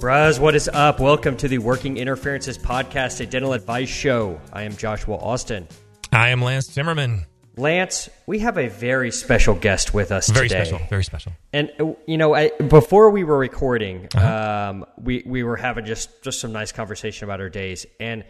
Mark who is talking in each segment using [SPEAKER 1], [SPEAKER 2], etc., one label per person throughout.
[SPEAKER 1] Bros, what is up? Welcome to the Working Interferences Podcast, a dental advice show. I am Joshua Austin.
[SPEAKER 2] I am Lance Zimmerman.
[SPEAKER 1] Lance, we have a very special guest with us
[SPEAKER 2] Very
[SPEAKER 1] today.
[SPEAKER 2] special. Very special.
[SPEAKER 1] And uh, you know, I, before we were recording,
[SPEAKER 2] Uh-huh.
[SPEAKER 1] um, we we were having just just some nice conversation about her days, and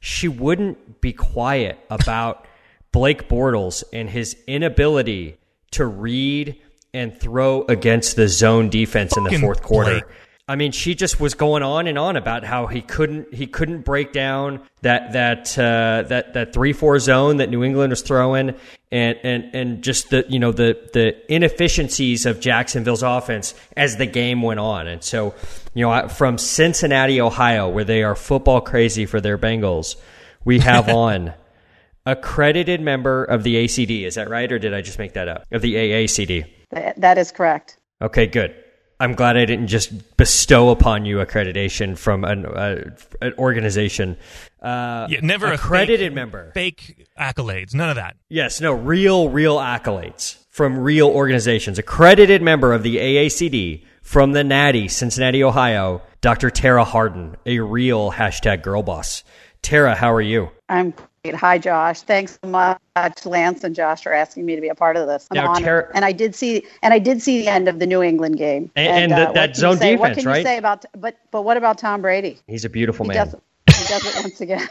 [SPEAKER 1] she wouldn't be quiet about Blake Bortles and his inability to read and throw against the zone defense in the
[SPEAKER 2] Fucking
[SPEAKER 1] fourth quarter.
[SPEAKER 2] Blake.
[SPEAKER 1] I mean, she just was going on and on about how he couldn't he couldn't break down that that uh, that that three four zone that New England was throwing, and and and just the you know the the inefficiencies of Jacksonville's offense as the game went on, and so you know I- from Cincinnati, Ohio, where they are football crazy for their Bengals, we have on. Accredited member of the ACD, is that right, or did I just make that up? Of the AACD.
[SPEAKER 3] Th- That is correct.
[SPEAKER 1] Okay, good. I'm glad I didn't just bestow upon you accreditation from an, uh, an organization. Uh,
[SPEAKER 2] Yeah, never
[SPEAKER 1] accredited
[SPEAKER 2] a fake,
[SPEAKER 1] member.
[SPEAKER 2] Fake accolades. None of that.
[SPEAKER 1] Yes, no, real, real accolades from real organizations. Accredited member of the AACD from the Natty, Cincinnati, Ohio, Dr. Tara Harden, a real hashtag girl boss. Tara, how are you?
[SPEAKER 3] I'm great. Hi, Josh. Thanks so much, Lance and Josh, for asking me to be a part of this. I'm
[SPEAKER 1] Now,
[SPEAKER 3] honored.
[SPEAKER 1] Tara-
[SPEAKER 3] and I did see, and I did see the end of the New England game. uh,
[SPEAKER 1] And- and the-
[SPEAKER 3] what
[SPEAKER 1] that
[SPEAKER 3] can you
[SPEAKER 1] zone
[SPEAKER 3] say- What
[SPEAKER 1] defense,
[SPEAKER 3] can
[SPEAKER 1] right?
[SPEAKER 3] you say about? But but what about Tom Brady?
[SPEAKER 1] He's a beautiful
[SPEAKER 3] He
[SPEAKER 1] man.
[SPEAKER 3] does, he does it once again.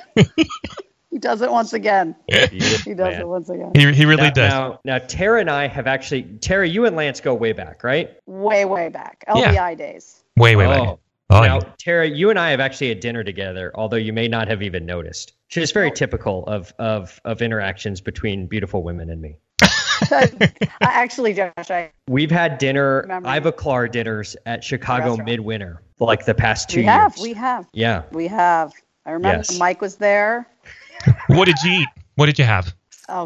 [SPEAKER 3] he does it once again. He does it once again.
[SPEAKER 2] He, he really
[SPEAKER 1] Now,
[SPEAKER 2] does.
[SPEAKER 1] now, now, Tara and I have actually, Tara, you and Lance go way back, right?
[SPEAKER 3] Way way back. LBI days.
[SPEAKER 2] Wait, wait, wait.
[SPEAKER 1] Oh.
[SPEAKER 2] Oh,
[SPEAKER 1] now,
[SPEAKER 2] yeah.
[SPEAKER 1] Tara, you and I have actually had dinner together, although you may not have even noticed. Which is
[SPEAKER 3] Oh.
[SPEAKER 1] very typical of, of, of interactions between beautiful women and me.
[SPEAKER 3] I- Uh, Actually, Josh, I
[SPEAKER 1] We've had dinner,
[SPEAKER 3] Remember.
[SPEAKER 1] Ivoclar dinners at Chicago
[SPEAKER 3] Restaurant.
[SPEAKER 1] Midwinter, like the past two
[SPEAKER 3] we
[SPEAKER 1] years.
[SPEAKER 3] have we have
[SPEAKER 1] yeah.
[SPEAKER 3] we have. I remember
[SPEAKER 1] Yes.
[SPEAKER 3] Mike was there.
[SPEAKER 2] What did you eat? What did you have?
[SPEAKER 3] Oh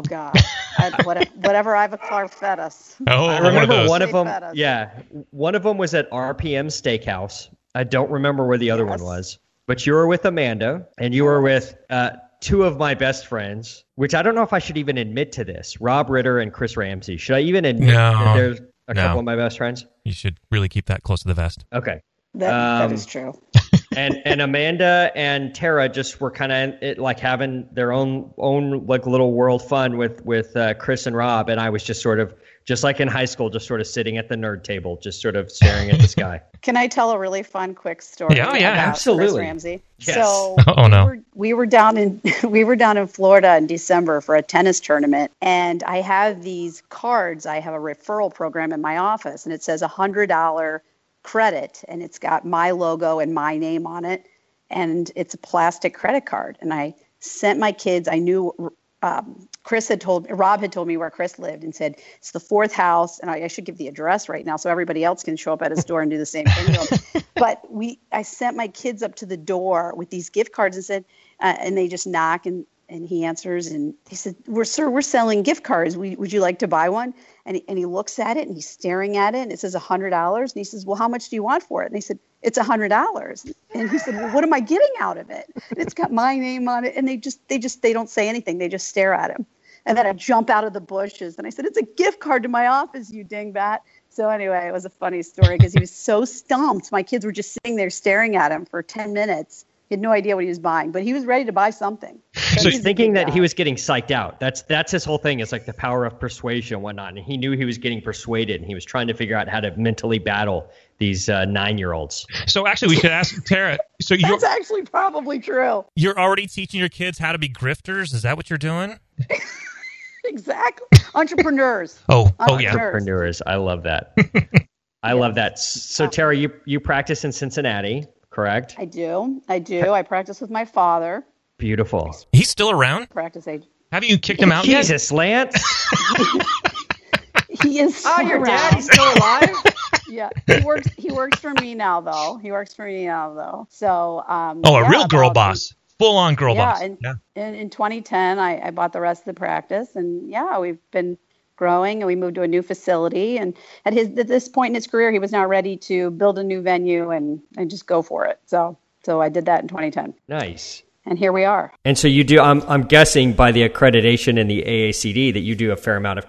[SPEAKER 3] God, I, whatever, whatever Iva Clark fed us.
[SPEAKER 2] Oh,
[SPEAKER 1] I
[SPEAKER 2] one of
[SPEAKER 1] remember
[SPEAKER 2] those.
[SPEAKER 1] one of
[SPEAKER 3] Steak
[SPEAKER 1] them.
[SPEAKER 3] feta.
[SPEAKER 1] Yeah. One of them was at RPM Steakhouse. I don't remember where the other one
[SPEAKER 3] Yes.
[SPEAKER 1] was, but you were with Amanda and you were with uh, two of my best friends, which I don't know if I should even admit to this Rob Ritter and Chris Ramsey. Should I even admit
[SPEAKER 2] No.
[SPEAKER 1] that there's a
[SPEAKER 2] No.
[SPEAKER 1] couple of my best friends?
[SPEAKER 2] you should really keep that close to the vest.
[SPEAKER 1] Okay.
[SPEAKER 3] That,
[SPEAKER 1] Um,
[SPEAKER 3] that is true.
[SPEAKER 1] and and Amanda and Tara just were kind of like having their own own like little world fun with with uh, Chris and Rob, and I was just sort of just like in high school, just sort of sitting at the nerd table, just sort of staring at the sky.
[SPEAKER 3] Can I tell a really fun, quick story?
[SPEAKER 2] Yeah, oh, yeah,
[SPEAKER 3] about
[SPEAKER 1] absolutely.
[SPEAKER 3] Chris Ramsey.
[SPEAKER 1] Yes.
[SPEAKER 3] So
[SPEAKER 2] Oh, no.
[SPEAKER 3] we were, we were down in we were down in Florida in December for a tennis tournament, and I have these cards. I have a referral program in my office, and it says a hundred dollar credit, and it's got my logo and my name on it, and it's a plastic credit card. And I sent my kids. I knew. Um, Chris had told Rob had told me where Chris lived and said it's the fourth house and I, I should give the address right now so everybody else can show up at his door and do the same thing. to him. but we I sent my kids up to the door with these gift cards and said uh, and they just knock and and he answers and he said we're sir we're selling gift cards we, would you like to buy one and he, and he looks at it and he's staring at it and it says $100 and he says well how much do you want for it and they said it's $100 and he said well what am i getting out of it and it's got my name on it and they just they just they don't say anything they just stare at him and then i jump out of the bushes and i said it's a gift card to my office you dingbat so anyway it was a funny story because he was so stumped my kids were just sitting there staring at him for 10 minutes he had no idea what he was buying but he was ready to buy something
[SPEAKER 1] So
[SPEAKER 3] he's
[SPEAKER 1] he's
[SPEAKER 3] a
[SPEAKER 1] thinking
[SPEAKER 3] good
[SPEAKER 1] that
[SPEAKER 3] guy.
[SPEAKER 1] he was getting psyched out. That's that's his whole thing. It's like the power of persuasion and whatnot. And he knew he was getting persuaded, and he was trying to figure out how to mentally battle these uh, nine year olds.
[SPEAKER 2] So actually, we should ask Tara. So you're,
[SPEAKER 3] that's actually probably true
[SPEAKER 2] you're already teaching your kids how to be grifters? Is that what you're doing?
[SPEAKER 3] exactly entrepreneurs
[SPEAKER 2] Oh, oh
[SPEAKER 3] Entrepreneurs.
[SPEAKER 2] yeah.
[SPEAKER 1] Entrepreneurs, I love that. I love that. So Tara, you you practice in Cincinnati, correct?
[SPEAKER 3] I do. I do. I practice with my father.
[SPEAKER 1] Beautiful.
[SPEAKER 2] He's still around?
[SPEAKER 3] Practice age.
[SPEAKER 2] Haven't you kicked him out yet?
[SPEAKER 1] Jesus, Lance.
[SPEAKER 3] He is.
[SPEAKER 1] Oh,
[SPEAKER 3] so
[SPEAKER 1] your
[SPEAKER 3] around.
[SPEAKER 1] daddy's still alive?
[SPEAKER 3] Yeah, he works. He works for me now, though. He works for me now, though. So, um,
[SPEAKER 2] Oh, a
[SPEAKER 3] yeah,
[SPEAKER 2] real girl
[SPEAKER 3] about-
[SPEAKER 2] boss. Full on girl
[SPEAKER 3] yeah,
[SPEAKER 2] boss.
[SPEAKER 3] and-
[SPEAKER 2] yeah.
[SPEAKER 3] in, in 2010 I, I bought the rest of the practice and yeah we've been growing and we moved to a new facility and at his at this point in his career he was now ready to build a new venue and and just go for it so so i did that in 2010
[SPEAKER 1] Nice.
[SPEAKER 3] and here we are
[SPEAKER 1] And so you do. I'm I'm guessing by the accreditation and the AACD that you do a fair amount of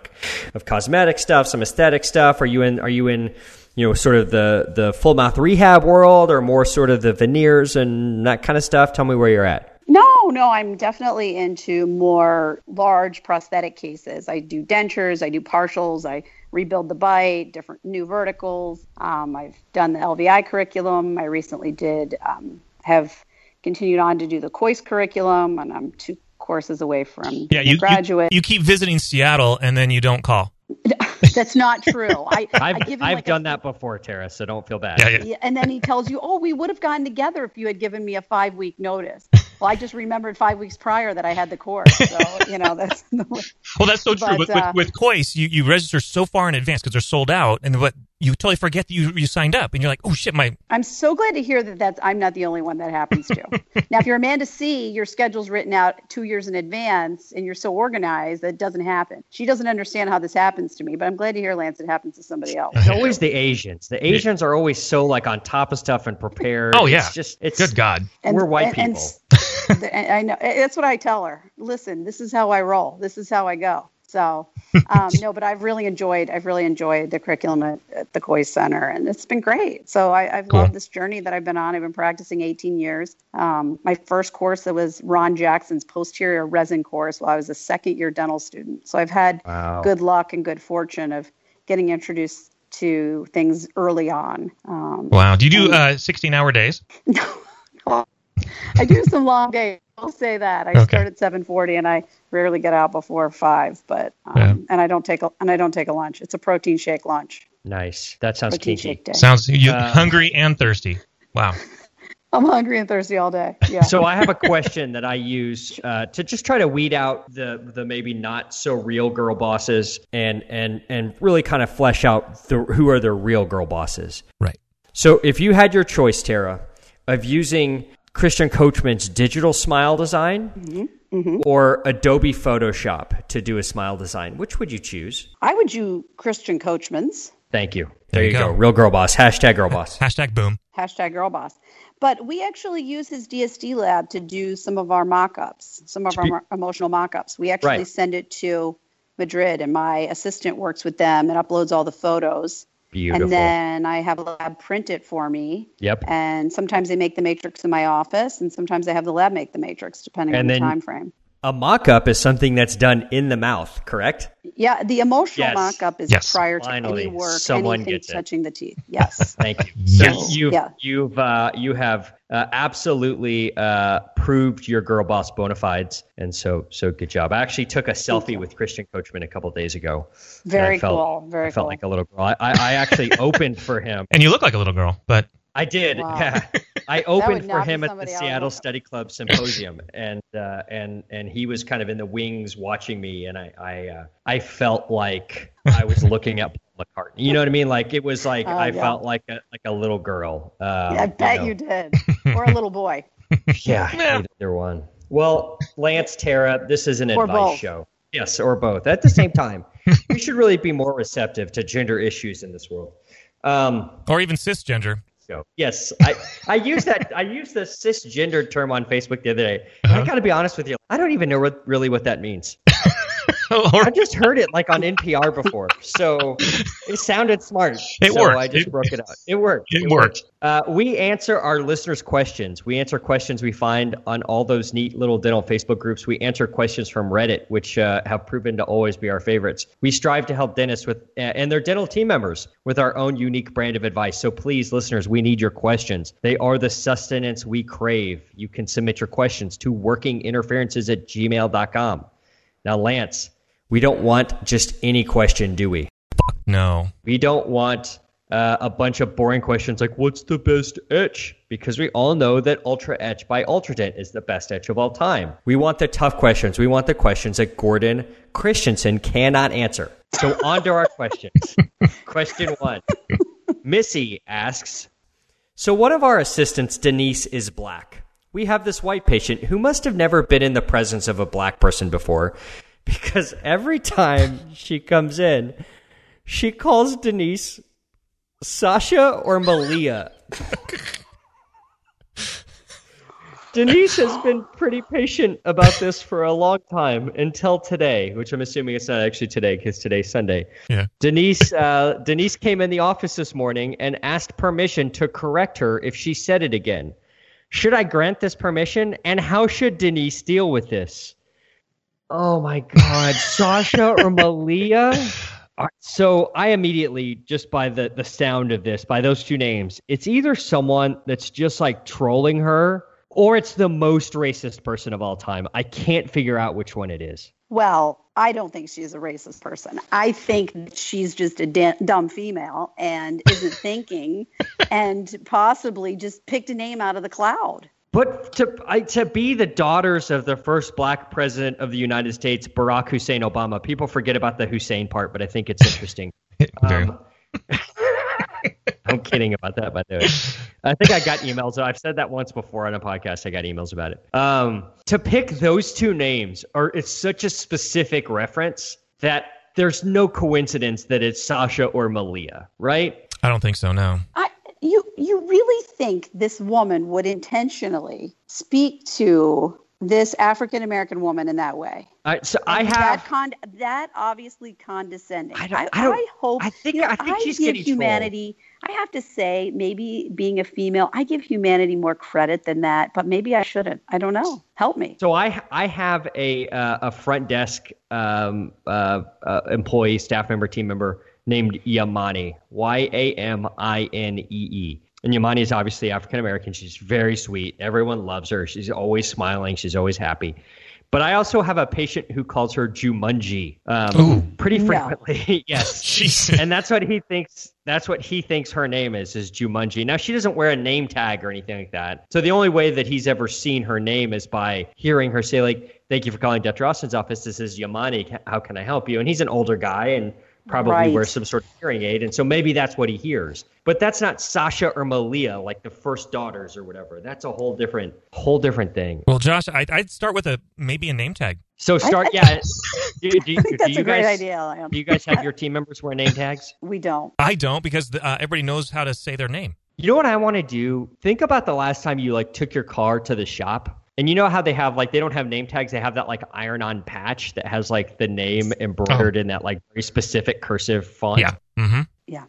[SPEAKER 1] of cosmetic stuff, some aesthetic stuff. Are you in? Are you in? You know, sort of the the full mouth rehab world, or more sort of the veneers and that kind of stuff. Tell me where you're at.
[SPEAKER 3] no no i'm definitely into more large prosthetic cases i do dentures i do partials i rebuild the bite different new verticals um, i've done the lvi curriculum i recently did um, have continued on to do the COIS curriculum, and I'm two courses away from
[SPEAKER 2] Yeah,
[SPEAKER 3] being
[SPEAKER 2] you,
[SPEAKER 3] a graduate.
[SPEAKER 2] You, you keep visiting Seattle and then you don't call.
[SPEAKER 3] That's not true. I, I
[SPEAKER 1] I've
[SPEAKER 3] give him
[SPEAKER 1] I've
[SPEAKER 3] like a-
[SPEAKER 1] done that before, Tara. So don't feel bad.
[SPEAKER 2] Yeah, yeah.
[SPEAKER 3] Yeah, and then he tells you, "Oh, we would have gotten together if you had given me a five week notice." Well, I just remembered five weeks prior that I had the course, so you know that's the way.
[SPEAKER 2] Well, that's so true.
[SPEAKER 3] But,
[SPEAKER 2] With,
[SPEAKER 3] uh,
[SPEAKER 2] with, with Coyce, you, you register so far in advance because they're sold out, and what you totally forget that you, you signed up, and you're like, oh shit, my
[SPEAKER 3] I'm so glad to hear that that's I'm not the only one that happens to. now, if you're Amanda C, your schedule's written out two years in advance, and you're so organized that it doesn't happen. She doesn't understand how this happens to me, but I'm glad to hear Lance it happens to somebody else.
[SPEAKER 1] It's always the Asians. The Asians are always so like on top of stuff and prepared.
[SPEAKER 2] Oh, yeah.
[SPEAKER 1] It's just it's
[SPEAKER 2] good god.
[SPEAKER 1] We're white
[SPEAKER 3] and-
[SPEAKER 1] people.
[SPEAKER 3] And, s- I know eh, that's what I tell her. Listen, this is how I roll. This is how I go. So, um, no, but I've really enjoyed. I've really enjoyed the curriculum at, at the Coy Center, and it's been great. So I, I've
[SPEAKER 2] Cool.
[SPEAKER 3] loved this journey that I've been on. I've been practicing 18 years. Um, my first course that was Ron Jackson's posterior resin course while I was a second year dental student. So I've had
[SPEAKER 1] Wow.
[SPEAKER 3] good luck and good fortune of getting introduced to things early on. Um,
[SPEAKER 2] Wow. Do you do uh, 16 hour days?
[SPEAKER 3] I do some long days. I'll say that. I
[SPEAKER 2] Okay.
[SPEAKER 3] start at seven forty, and I rarely get out before five. But um,
[SPEAKER 2] Yeah.
[SPEAKER 3] and I don't take a and I don't take a lunch. It's a protein shake lunch.
[SPEAKER 1] Nice. That sounds
[SPEAKER 3] Protein
[SPEAKER 1] kinky.
[SPEAKER 3] shake day.
[SPEAKER 2] Sounds you
[SPEAKER 1] Uh,
[SPEAKER 2] hungry and thirsty. Wow.
[SPEAKER 3] I'm hungry and thirsty all day. Yeah.
[SPEAKER 1] So I have a question that I use uh, to just try to weed out the the maybe not so real girl bosses and and and really kind of flesh out the, who are the real girl bosses.
[SPEAKER 2] Right.
[SPEAKER 1] So if you had your choice, Tara, of using Christian Coachman's digital smile design
[SPEAKER 3] Mm-hmm.
[SPEAKER 1] or Adobe Photoshop to do a smile design, which would you choose?
[SPEAKER 3] I would do Christian Coachman's
[SPEAKER 1] Thank you. There,
[SPEAKER 2] There
[SPEAKER 1] you
[SPEAKER 2] you go.
[SPEAKER 1] go. Real girl boss. Hashtag girl boss.
[SPEAKER 2] Hashtag boom.
[SPEAKER 3] hashtag girl boss, but we actually use his DSD lab to do some of our mock-ups, some of our mo- emotional mock-ups. We actually
[SPEAKER 1] Right.
[SPEAKER 3] send it to Madrid, and my assistant works with them and uploads all the photos.
[SPEAKER 1] Beautiful.
[SPEAKER 3] And then I have a lab print it for me.
[SPEAKER 1] Yep.
[SPEAKER 3] And sometimes they make the matrix in my office, and sometimes I have the lab make the matrix, depending on
[SPEAKER 1] And
[SPEAKER 3] the
[SPEAKER 1] then-
[SPEAKER 3] time frame.
[SPEAKER 1] a mock up is something that's done in the mouth, correct?
[SPEAKER 3] Yeah, the emotional
[SPEAKER 1] Yes.
[SPEAKER 3] mock-up is
[SPEAKER 2] Yes.
[SPEAKER 3] prior to
[SPEAKER 1] Finally,
[SPEAKER 3] any work,
[SPEAKER 1] someone
[SPEAKER 3] anything
[SPEAKER 1] gets it.
[SPEAKER 3] touching the teeth. Yes.
[SPEAKER 1] Thank you. So
[SPEAKER 2] Yes.
[SPEAKER 1] you've
[SPEAKER 3] Yeah.
[SPEAKER 1] you've uh, you have uh, absolutely uh, proved your girl boss bona fides, and so so good job. I actually took a selfie with Christian Coachman a couple days ago. and
[SPEAKER 3] Very
[SPEAKER 1] I felt,
[SPEAKER 3] cool. Very
[SPEAKER 1] I felt
[SPEAKER 3] cool.
[SPEAKER 1] like a little girl. I, I, I actually opened for him.
[SPEAKER 2] And you look like a little girl, but
[SPEAKER 1] I did.
[SPEAKER 3] Wow.
[SPEAKER 1] Yeah. I opened
[SPEAKER 3] would
[SPEAKER 1] for
[SPEAKER 3] not be
[SPEAKER 1] him at the
[SPEAKER 3] somebody I would
[SPEAKER 1] Seattle
[SPEAKER 3] want.
[SPEAKER 1] Study Club symposium, and uh, and and he was kind of in the wings watching me, and I I uh, I felt like I was looking at Paul McCartney. You know what I mean? Like it was like
[SPEAKER 3] Oh,
[SPEAKER 1] I
[SPEAKER 3] yeah.
[SPEAKER 1] felt like a like a little girl. Um,
[SPEAKER 3] I bet
[SPEAKER 1] know.
[SPEAKER 3] you did. Or a little boy.
[SPEAKER 1] Yeah,
[SPEAKER 2] Yeah.
[SPEAKER 1] either one. Well, Lance, Tara, this is an
[SPEAKER 3] Or
[SPEAKER 1] advice
[SPEAKER 3] both.
[SPEAKER 1] show. Yes, or both at the same time. we should really be more receptive to gender issues in this world. Um,
[SPEAKER 2] or even cisgender.
[SPEAKER 1] so yes, I I use that I use the cisgendered term on Facebook the other day. And
[SPEAKER 2] Uh-huh.
[SPEAKER 1] I got to be honest with you, I don't even know what, really what that means.
[SPEAKER 2] or
[SPEAKER 1] I just heard it like on NPR before, so it sounded smart.
[SPEAKER 2] It
[SPEAKER 1] so
[SPEAKER 2] worked.
[SPEAKER 1] I just
[SPEAKER 2] It-
[SPEAKER 1] broke it out. It worked.
[SPEAKER 2] it worked.
[SPEAKER 1] Uh, we answer our listeners' questions. We answer questions we find on all those neat little dental Facebook groups. We answer questions from Reddit, which uh, have proven to always be our favorites. We strive to help dentists with uh, and their dental team members with our own unique brand of advice. So please, listeners, we need your questions. They are the sustenance we crave. You can submit your questions to workinginterferences at gmail.com. Now, Lance, we don't want just any question, do we?
[SPEAKER 2] No.
[SPEAKER 1] We don't want uh, a bunch of boring questions like "What's the best etch?" Because we all know that Ultra Etch by Ultradent is the best etch of all time. We want the tough questions. We want the questions that Gordon Christensen cannot answer. So on to our questions. Question one. Missy asks, so one of our assistants, Denise, is black. we have this white patient who must have never been in the presence of a black person before because every time she comes in, she calls Denise Sasha or Malia. Denise has been pretty patient about this for a long time until today, which I'm assuming it's not actually today because today's Sunday.
[SPEAKER 2] Yeah.
[SPEAKER 1] Denise uh, Denise came in the office this morning and asked permission to correct her if she said it again. Should I grant this permission? And how should Denise deal with this? Oh my God, Sasha or Malia? All right, Uh, So I immediately, just by the the sound of this, by those two names, it's either someone that's just like trolling her, or it's the most racist person of all time. I can't figure out which one it is.
[SPEAKER 3] Well, I don't think she's a racist person. I think she's just a da- dumb female and isn't thinking and possibly just picked a name out of the cloud.
[SPEAKER 1] But to I, to be the daughters of the first black president of the United States, Barack Hussein Obama. People forget about the Hussein part, but I think it's interesting.
[SPEAKER 2] Very-
[SPEAKER 1] Um, I'm kidding about that, by the way. I think I got emails. I've said that once before on a podcast. I got emails about it. Um, to pick those two names, or it's such a specific reference that there's no coincidence that it's Sasha or Malia, right?
[SPEAKER 2] I don't think so. No.
[SPEAKER 3] I, you you really think this woman would intentionally speak to this African American woman in that way?
[SPEAKER 1] I, so I
[SPEAKER 3] that
[SPEAKER 1] have.
[SPEAKER 3] con- that obviously condescending.
[SPEAKER 1] I don't- I don't-
[SPEAKER 3] hope.
[SPEAKER 1] I think-
[SPEAKER 3] you know,
[SPEAKER 1] I think she's
[SPEAKER 3] give
[SPEAKER 1] getting trolled.
[SPEAKER 3] humanity. I have to say, maybe being a female, I give humanity more credit than that, but maybe I shouldn't. I don't know. Help me.
[SPEAKER 1] So I I have a uh, a front desk um, uh, uh, employee, staff member, team member named Yamani. Y A M I N E E. And Yamani is obviously African American. She's very sweet. Everyone loves her. She's always smiling. She's always happy. But I also have a patient who calls her Jumanji um, pretty
[SPEAKER 3] No.
[SPEAKER 1] frequently. yes
[SPEAKER 2] Jeez.
[SPEAKER 1] and that's what he thinks that's what he thinks her name is is jumanji now she doesn't wear a name tag or anything like that so the only way that he's ever seen her name is by hearing her say like thank you for calling dr austin's office this is yamani Ca- how can i help you and he's an older guy and probably
[SPEAKER 3] Right.
[SPEAKER 1] wears some sort of hearing aid and so maybe that's what he hears but that's not sasha or malia like the first daughters or whatever that's a whole different whole different thing
[SPEAKER 2] Well, Josh, I, I'd start with a maybe a name tag.
[SPEAKER 1] so start
[SPEAKER 3] I-
[SPEAKER 1] yeah do, do, do
[SPEAKER 3] I think that's
[SPEAKER 1] you
[SPEAKER 3] a great
[SPEAKER 1] guys-
[SPEAKER 3] idea. Liam.
[SPEAKER 1] do you guys have your team members wear name tags
[SPEAKER 3] We don't.
[SPEAKER 2] I don't because the, uh, everybody knows how to say their name.
[SPEAKER 1] You know what I want to do? Think about the last time you like took your car to the shop. And you know how they have like they don't have name tags, they have that like iron-on patch that has like the name embroidered in that like very specific cursive font.
[SPEAKER 2] Yeah. Mm-hmm.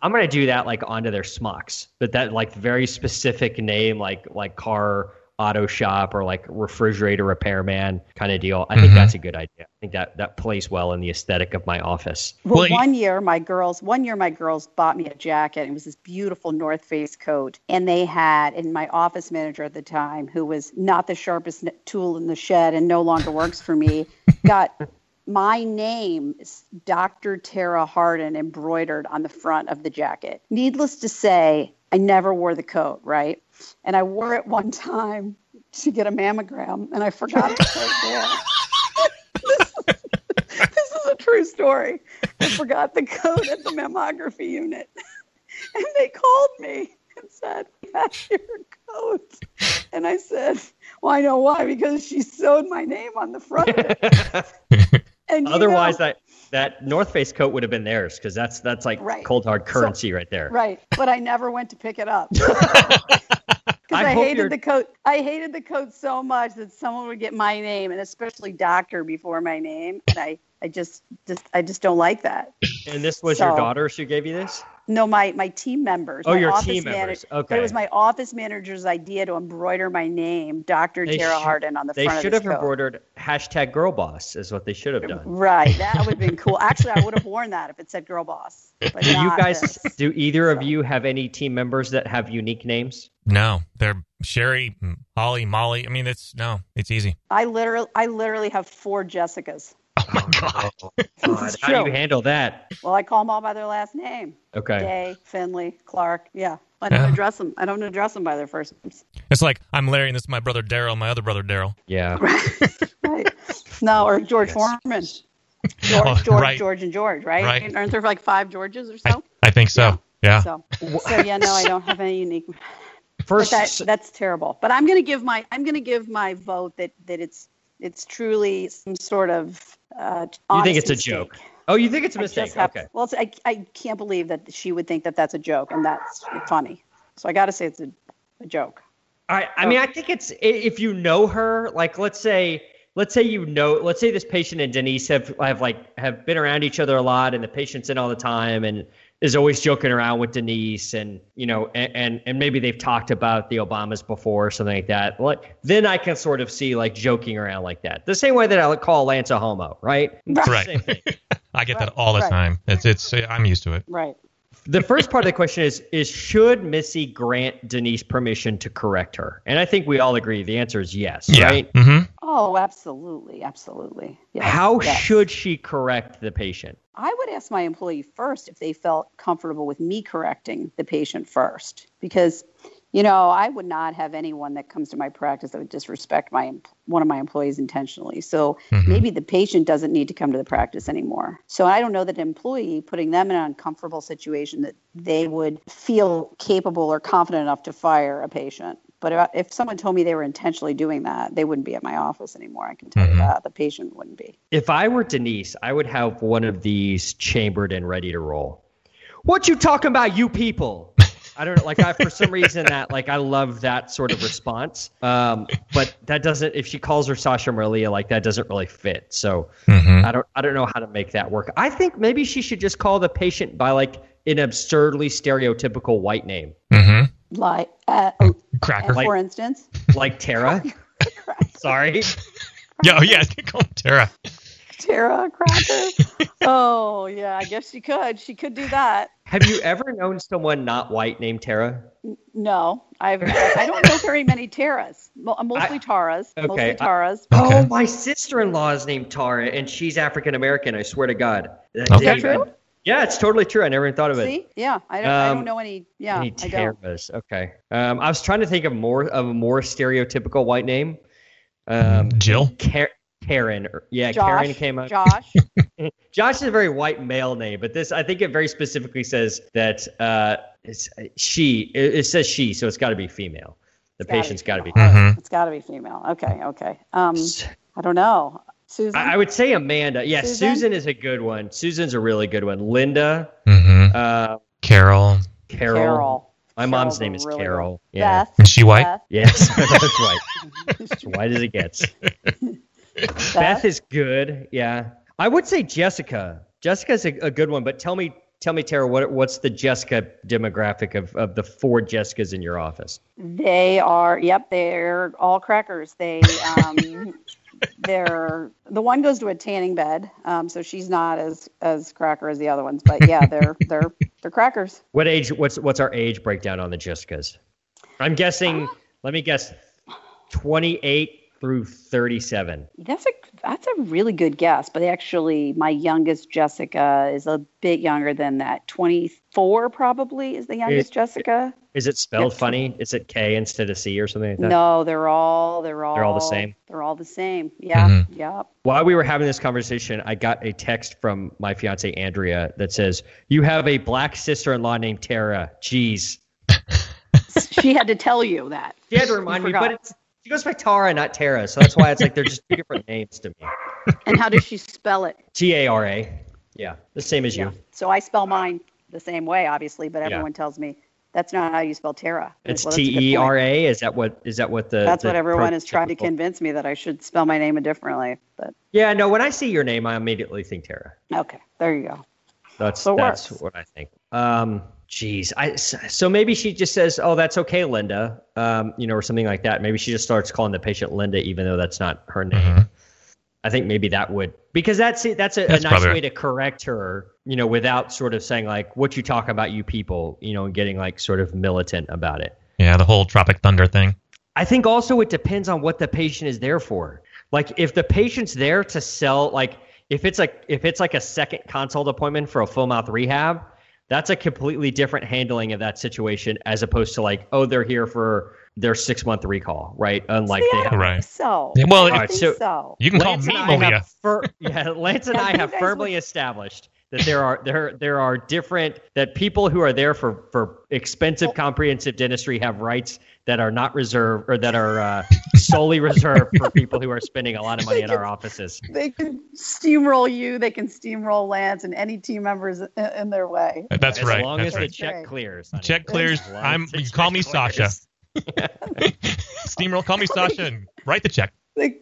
[SPEAKER 1] I'm gonna do that like onto their smocks, but that like very specific name, like like car auto shop or like refrigerator repairman kind of deal. I think
[SPEAKER 2] Mhm.
[SPEAKER 1] that's a good idea. I think that that plays well in the aesthetic of my office.
[SPEAKER 3] Well,
[SPEAKER 2] Well, you-
[SPEAKER 3] one year my girls, one year my girls bought me a jacket. It was this beautiful North Face coat, and they had, and my office manager at the time, who was not the sharpest n- tool in the shed and no longer works for me, got my name, s- Dr. Tara Hardin, embroidered on the front of the jacket. Needless to say, I never wore the coat, right? And I wore it one time to get a mammogram, and I forgot the coat there. this is a true story. I forgot the code at the mammography unit. And they called me and said, That's your code. And I said, Well, I know why, because she sewed my name on the front. of it." and you
[SPEAKER 1] Otherwise
[SPEAKER 3] know-
[SPEAKER 1] that that North Face coat would have been theirs because that's that's like
[SPEAKER 3] Right.
[SPEAKER 1] cold hard currency right there.
[SPEAKER 3] Right. But I never went to pick it up. Because
[SPEAKER 1] I
[SPEAKER 3] I,
[SPEAKER 1] hope
[SPEAKER 3] hated
[SPEAKER 1] you're-
[SPEAKER 3] the coat. I hated the coat so much that someone would get my name and especially doctor before my name. And I, I just, just I just don't like that.
[SPEAKER 1] And this was
[SPEAKER 3] So-
[SPEAKER 1] your daughters who gave you this?
[SPEAKER 3] No, my my team members.
[SPEAKER 1] Oh,
[SPEAKER 3] my
[SPEAKER 1] your
[SPEAKER 3] office
[SPEAKER 1] team
[SPEAKER 3] mana-
[SPEAKER 1] members.
[SPEAKER 3] But
[SPEAKER 1] Okay.
[SPEAKER 3] it was my office manager's idea to embroider my name, Dr.
[SPEAKER 1] They
[SPEAKER 3] Tara
[SPEAKER 1] should-
[SPEAKER 3] Harden, on the
[SPEAKER 1] they
[SPEAKER 3] front
[SPEAKER 1] should have
[SPEAKER 3] of his coat.
[SPEAKER 1] embroidered hashtag girl boss is what they should have done.
[SPEAKER 3] Right, that would have been cool. Actually, I would have worn that if it said "Girl Boss." But
[SPEAKER 1] Do you
[SPEAKER 3] not
[SPEAKER 1] guys
[SPEAKER 3] this.
[SPEAKER 1] do either of you have any team members that have unique names?
[SPEAKER 2] No, they're Sherry, mm, Holly, Molly. I mean, it's no, it's easy.
[SPEAKER 3] I literally, I literally have four Jessicas.
[SPEAKER 2] Oh my god.
[SPEAKER 3] It's
[SPEAKER 1] How do
[SPEAKER 3] true.
[SPEAKER 1] you handle that?
[SPEAKER 3] Well, I call them all by their last name:
[SPEAKER 1] Okay.
[SPEAKER 3] Day, Finley, Clark. Yeah, I don't
[SPEAKER 2] Yeah.
[SPEAKER 3] address them. I don't address them by their first names.
[SPEAKER 2] It's like I'm Larry, and this is my brother Daryl, my other brother Daryl.
[SPEAKER 1] Yeah.
[SPEAKER 3] right. No, or George Foreman. George,
[SPEAKER 2] Oh,
[SPEAKER 3] George,
[SPEAKER 2] right.
[SPEAKER 3] George, and George. Right?
[SPEAKER 2] Right.
[SPEAKER 3] Aren't there like five Georges or so?
[SPEAKER 2] I think so. Yeah.
[SPEAKER 3] So, so yeah, no, I don't have any unique. But
[SPEAKER 1] First,
[SPEAKER 3] that, that's terrible. But I'm going to give my I'm going to give my vote that that it's it's truly some sort of. Uh,
[SPEAKER 1] you
[SPEAKER 3] honest
[SPEAKER 1] think it's a
[SPEAKER 3] mistake.
[SPEAKER 1] joke? Oh, you think it's a
[SPEAKER 3] I just
[SPEAKER 1] mistake?
[SPEAKER 3] have-
[SPEAKER 1] okay.
[SPEAKER 3] Well, it's- I I can't believe that she would think that that's a joke, and that's funny. So I got to say it's a, a joke.
[SPEAKER 1] I,
[SPEAKER 2] Oh.
[SPEAKER 1] I mean, I think it's i- if you know her, like let's say, let's say you know, let's say this patient and Denise have have like have been around each other a lot, and the patient's in all the time, and is always joking around with Denise, and you know, and and, and maybe they've talked about the Obamas before or something like that. Like then I can sort of see like joking around like that, the same way that I would call Lance a homo, right? It's the
[SPEAKER 2] Right.
[SPEAKER 1] Same thing.
[SPEAKER 2] I get that
[SPEAKER 3] Right,
[SPEAKER 2] all the
[SPEAKER 3] right.
[SPEAKER 2] time. It's it's I'm used to it.
[SPEAKER 3] Right.
[SPEAKER 1] the first part of the question is is should Missy grant Denise permission to correct her? And I think we all agree the answer is yes,
[SPEAKER 2] Yeah.
[SPEAKER 1] right?
[SPEAKER 2] hmm
[SPEAKER 3] Oh, absolutely, absolutely. Yes,
[SPEAKER 1] How
[SPEAKER 3] yes.
[SPEAKER 1] should she correct the patient?
[SPEAKER 3] I would ask my employee first if they felt comfortable with me correcting the patient first, because, you know, I would not have anyone that comes to my practice that would disrespect my em- one of my employees intentionally. So maybe the patient doesn't need to come to the practice anymore. So I don't know that an employee putting them in an uncomfortable situation that they would feel capable or confident enough to fire a patient. But if, if someone told me they were intentionally doing that, they wouldn't be at my office anymore. I can tell you that the patient wouldn't be.
[SPEAKER 1] If I were Denise, I would have one of these chambered and ready to roll. What you talking about, you people? I don't know. Like I, for some reason, that like I love that sort of response. Um, but that doesn't. If she calls her Sasha Maria, like that doesn't really fit. So I don't. I don't know how to make that work. I think maybe she should just call the patient by like an absurdly stereotypical white name,
[SPEAKER 3] Like, uh,
[SPEAKER 2] Cracker.
[SPEAKER 3] And for instance,
[SPEAKER 1] like Tara. Sorry.
[SPEAKER 2] yeah, oh, yeah. Call him Tara.
[SPEAKER 3] Tara Crocker. oh, yeah, I guess she could. She could do that.
[SPEAKER 1] Have you ever known someone not white named Tara?
[SPEAKER 3] No, I've, I don't know very many Taras. Mo- Mostly Taras.
[SPEAKER 1] okay,
[SPEAKER 3] Mostly
[SPEAKER 1] I-
[SPEAKER 3] Taras.
[SPEAKER 1] Oh, my sister in law is named Tara, and she's African American. I swear to God. Is
[SPEAKER 2] Okay.
[SPEAKER 3] that true?
[SPEAKER 1] Yeah, it's totally true. I never even thought of it.
[SPEAKER 3] See? Yeah, I don't, I
[SPEAKER 1] Um,
[SPEAKER 3] don't know any. Yeah,
[SPEAKER 1] Any
[SPEAKER 3] I don't.
[SPEAKER 1] Taras? Okay. Um, I was trying to think of more of a more stereotypical white name. Um,
[SPEAKER 2] Mm-hmm. Jill.
[SPEAKER 1] Kar- Karen. or- Yeah,
[SPEAKER 3] Hmm. Josh,
[SPEAKER 1] Karen came up.
[SPEAKER 3] Josh.
[SPEAKER 1] Josh is a very white male name, but this I think it very specifically says that uh, it's she. It, it says she, so it's got to be female. The patient's got to be.
[SPEAKER 3] female. All right, It's got to be female. Okay, okay. Um, I don't know. Susan.
[SPEAKER 1] I, I would say Amanda. Yeah,
[SPEAKER 3] Susan?
[SPEAKER 1] Susan is a good one. Susan's a really good one. Linda.
[SPEAKER 2] Mm-hmm.
[SPEAKER 1] Uh,
[SPEAKER 2] Carol.
[SPEAKER 1] Carol.
[SPEAKER 3] Carol.
[SPEAKER 1] My mom's
[SPEAKER 3] Carol's
[SPEAKER 1] name
[SPEAKER 3] a
[SPEAKER 1] is
[SPEAKER 3] really good-
[SPEAKER 1] Carol. Yeah.
[SPEAKER 3] Beth.
[SPEAKER 2] Is she white?
[SPEAKER 3] Beth.
[SPEAKER 1] Yes, that's right. As white as it gets. Beth is good. Yeah. I would say Jessica. Jessica's a, a good one, but tell me, tell me, Tara, what what's the Jessica demographic of, of the four Jessicas in your office?
[SPEAKER 3] They are. Yep, they're all crackers. They, um, they're the one goes to a tanning bed, um, so she's not as as cracker as the other ones. But yeah, they're they're they're crackers.
[SPEAKER 1] What age? What's what's our age breakdown on the Jessicas? I'm guessing. Let me guess. Twenty eight through thirty seven.
[SPEAKER 3] That's a that's a really good guess. But actually, my youngest Jessica is a bit younger than that. Twenty four probably is the youngest Jessica.
[SPEAKER 1] Is it spelled funny? Is it K instead of C or something like that?
[SPEAKER 3] No, they're all they're all
[SPEAKER 1] They're all the same. Mm-hmm.
[SPEAKER 3] They're all the same. Yeah, yep.
[SPEAKER 1] While we were having this conversation, I got a text from my fiance Andrea that says, "You have a black sister-in-law named Tara." Jeez,
[SPEAKER 3] she had to tell you that.
[SPEAKER 1] she had to remind me,
[SPEAKER 3] forgot.
[SPEAKER 1] but it's, she goes by Tara, not Tara, so that's why it's like they're just two different names to me.
[SPEAKER 3] And how does she spell it?
[SPEAKER 1] T A R A, yeah, the same as you.
[SPEAKER 3] So I spell mine the same way, obviously, but everyone tells me that's not how you spell Tara. I'm like,
[SPEAKER 1] It's
[SPEAKER 3] "Well, that's a good
[SPEAKER 1] T E R
[SPEAKER 3] point."
[SPEAKER 1] A. Is that what? Is that what the?
[SPEAKER 3] That's
[SPEAKER 1] the
[SPEAKER 3] what everyone is trying to
[SPEAKER 1] prototypical-
[SPEAKER 3] convince me that I should spell my name differently. But
[SPEAKER 1] Yeah, no. When I see your name, I immediately think Tara.
[SPEAKER 3] okay, there you go.
[SPEAKER 1] That's
[SPEAKER 3] So it
[SPEAKER 1] that's
[SPEAKER 3] works.
[SPEAKER 1] what I think. Um, geez, I so maybe she just says, "Oh, that's okay, Linda," um, you know, or something like that. Maybe she just starts calling the patient Linda, even though that's not her name.
[SPEAKER 2] Mm-hmm.
[SPEAKER 1] I think maybe that would because that's it. That's a,
[SPEAKER 2] That's
[SPEAKER 1] a nice
[SPEAKER 2] probably
[SPEAKER 1] way to correct her, you know, without sort of saying like, "What you talk about, you people," you know, and getting like sort of militant about it.
[SPEAKER 2] Yeah, the whole Tropic Thunder thing.
[SPEAKER 1] I think also it depends on what the patient is there for. Like if the patient's there to sell, like if it's like if it's like a second consult appointment for a full mouth rehab, that's a completely different handling of that situation as opposed to like, oh, they're here for their six month recall, right? Unlike they have.
[SPEAKER 2] Right.
[SPEAKER 3] So
[SPEAKER 2] Yeah, well,
[SPEAKER 3] I
[SPEAKER 2] it-
[SPEAKER 3] think
[SPEAKER 1] so-
[SPEAKER 3] so.
[SPEAKER 2] You can call
[SPEAKER 1] Lance
[SPEAKER 2] me
[SPEAKER 1] and I
[SPEAKER 2] Malia.
[SPEAKER 1] have fir- yeah, Lance and
[SPEAKER 3] Yeah,
[SPEAKER 1] I
[SPEAKER 3] you
[SPEAKER 1] have
[SPEAKER 3] guys
[SPEAKER 1] firmly established that there are there there are different that people who are there for for
[SPEAKER 3] Oh.
[SPEAKER 1] expensive comprehensive dentistry have rights that are not reserved or that are uh, solely reserved for people who are spending a lot of money at our offices.
[SPEAKER 3] They can steamroll you. They can steamroll Lance and any team members in, in their way.
[SPEAKER 2] That's
[SPEAKER 1] as
[SPEAKER 2] right.
[SPEAKER 1] long as
[SPEAKER 2] That's right.
[SPEAKER 1] the check
[SPEAKER 3] Right.
[SPEAKER 1] clears. honey.
[SPEAKER 2] check clears.
[SPEAKER 1] As long as
[SPEAKER 2] I'm.
[SPEAKER 1] the
[SPEAKER 2] You call
[SPEAKER 1] check
[SPEAKER 2] me Sasha.
[SPEAKER 1] clears.
[SPEAKER 2] Steamroll. Call me Sasha and write the check.
[SPEAKER 3] They,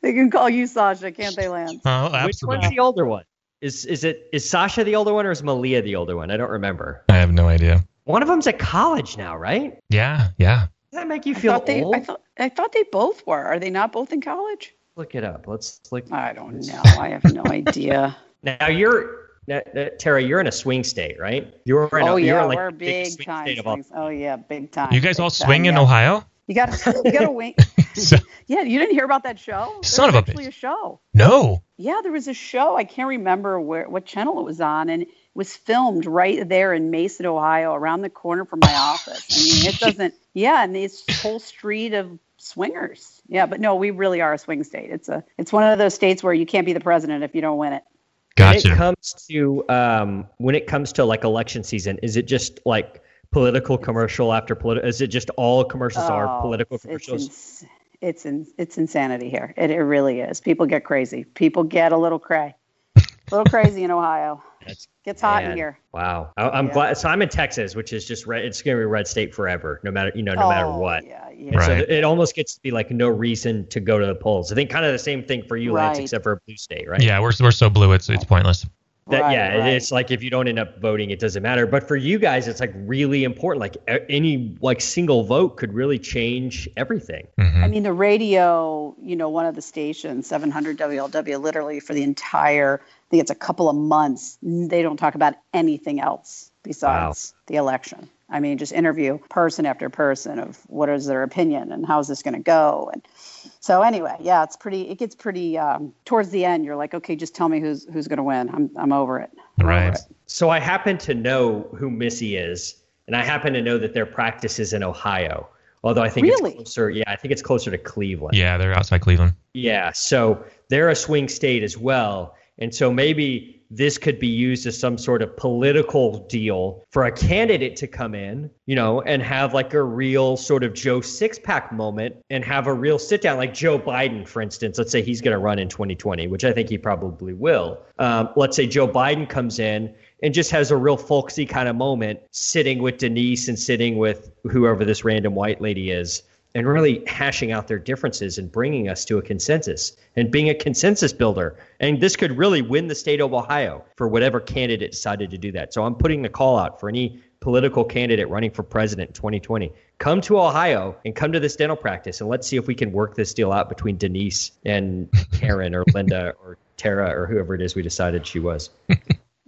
[SPEAKER 3] they can call you Sasha, can't they, Lance?
[SPEAKER 2] Oh,
[SPEAKER 1] Which
[SPEAKER 2] absolutely.
[SPEAKER 1] one's the older one? Is is it is Sasha the older one or is Malia the older one? I don't remember.
[SPEAKER 2] I have no idea.
[SPEAKER 1] One of them's at college now, right?
[SPEAKER 2] Yeah, yeah.
[SPEAKER 1] Does that make you
[SPEAKER 3] I
[SPEAKER 1] feel
[SPEAKER 3] thought they,
[SPEAKER 1] old?
[SPEAKER 3] I thought I thought they both were. Are they not both in college?
[SPEAKER 1] Look it up. Let's look.
[SPEAKER 3] I don't know. I have no idea.
[SPEAKER 1] Now you're now, uh, Tara. You're in a swing state, right? You're in.
[SPEAKER 3] oh
[SPEAKER 1] a, you're
[SPEAKER 3] yeah,
[SPEAKER 1] in like
[SPEAKER 3] we're
[SPEAKER 1] the
[SPEAKER 3] big,
[SPEAKER 1] swing
[SPEAKER 3] time.
[SPEAKER 1] state of all-
[SPEAKER 3] swings. Oh yeah, big time.
[SPEAKER 2] You guys all
[SPEAKER 3] big time,
[SPEAKER 2] swing in
[SPEAKER 3] yeah.
[SPEAKER 2] Ohio?
[SPEAKER 3] You got you got to wink.
[SPEAKER 2] So-
[SPEAKER 3] Yeah, you didn't hear about that show? There
[SPEAKER 2] Son of
[SPEAKER 3] was
[SPEAKER 2] a
[SPEAKER 3] actually
[SPEAKER 2] bitch.
[SPEAKER 3] a show.
[SPEAKER 2] no.
[SPEAKER 3] Yeah, there was a show. I can't remember where what channel it was on, and it was filmed right there in Mason, Ohio, around the corner from my office. I mean, it doesn't. Yeah, and this whole street of swingers. Yeah, but no, we really are a swing state. It's a it's one of those states where you can't be the president if you don't win it.
[SPEAKER 1] When it
[SPEAKER 2] Gotcha.
[SPEAKER 1] comes to um, when it comes to like election season, is it just like political commercial after political? Is it just all commercials
[SPEAKER 3] Oh,
[SPEAKER 1] are political
[SPEAKER 3] it's- it's
[SPEAKER 1] commercials?
[SPEAKER 3] ins- It's in, it's insanity here. It, it really is. People get crazy. People get a little cray, a little crazy in Ohio.
[SPEAKER 1] That's-
[SPEAKER 3] Gets hot in
[SPEAKER 1] Man,
[SPEAKER 3] here.
[SPEAKER 1] Wow, I, I'm
[SPEAKER 3] Yeah.
[SPEAKER 1] glad. So I'm in Texas, which is just red. It's going to be red state forever, no matter you know, no matter
[SPEAKER 3] Oh,
[SPEAKER 1] what.
[SPEAKER 3] Yeah,
[SPEAKER 1] And
[SPEAKER 3] yeah.
[SPEAKER 2] Right.
[SPEAKER 1] So th- it almost gets to be like no reason to go to the polls. I think kind of the same thing for you, Lance,
[SPEAKER 3] Right.
[SPEAKER 1] except for a blue state, right?
[SPEAKER 2] Yeah, we're, we're so blue, it's it's pointless.
[SPEAKER 1] That,
[SPEAKER 3] Right,
[SPEAKER 1] yeah,
[SPEAKER 3] right.
[SPEAKER 1] it's like if you don't end up voting, it doesn't matter. But for you guys, it's like really important. Like a- any like single vote could really change everything.
[SPEAKER 3] I mean, the radio, you know, one of the stations, 700 WLW, literally for the entire, I think it's a couple of months, they don't talk about anything else besides the election. I mean, just interview person after person of what is their opinion and how's this going to go. And so, anyway, yeah, it's pretty, it gets pretty, um, towards the end, you're like, okay, just tell me who's who's going to win. I'm, I'm over it.
[SPEAKER 2] Right.
[SPEAKER 1] So I happen to know who Missy is, and I happen to know that their practice is in Ohio. Although I think
[SPEAKER 3] Really?
[SPEAKER 1] it's closer. Yeah, I think it's closer to Cleveland.
[SPEAKER 2] Yeah, they're outside Cleveland.
[SPEAKER 1] Yeah, so they're a swing state as well. And so maybe this could be used as some sort of political deal for a candidate to come in, you know, and have like a real sort of Joe Sixpack moment and have a real sit down, like Joe Biden, for instance. Let's say he's going to run in 2020, which I think he probably will. Um, let's say Joe Biden comes in and just has a real folksy kind of moment sitting with Denise and sitting with whoever this random white lady is and really hashing out their differences and bringing us to a consensus and being a consensus builder. And this could really win the state of Ohio for whatever candidate decided to do that. So I'm putting the call out for any political candidate running for president in 2020. Come to Ohio and come to this dental practice and let's see if we can work this deal out between Denise and Karen or Linda or Tara or whoever it is we decided she was.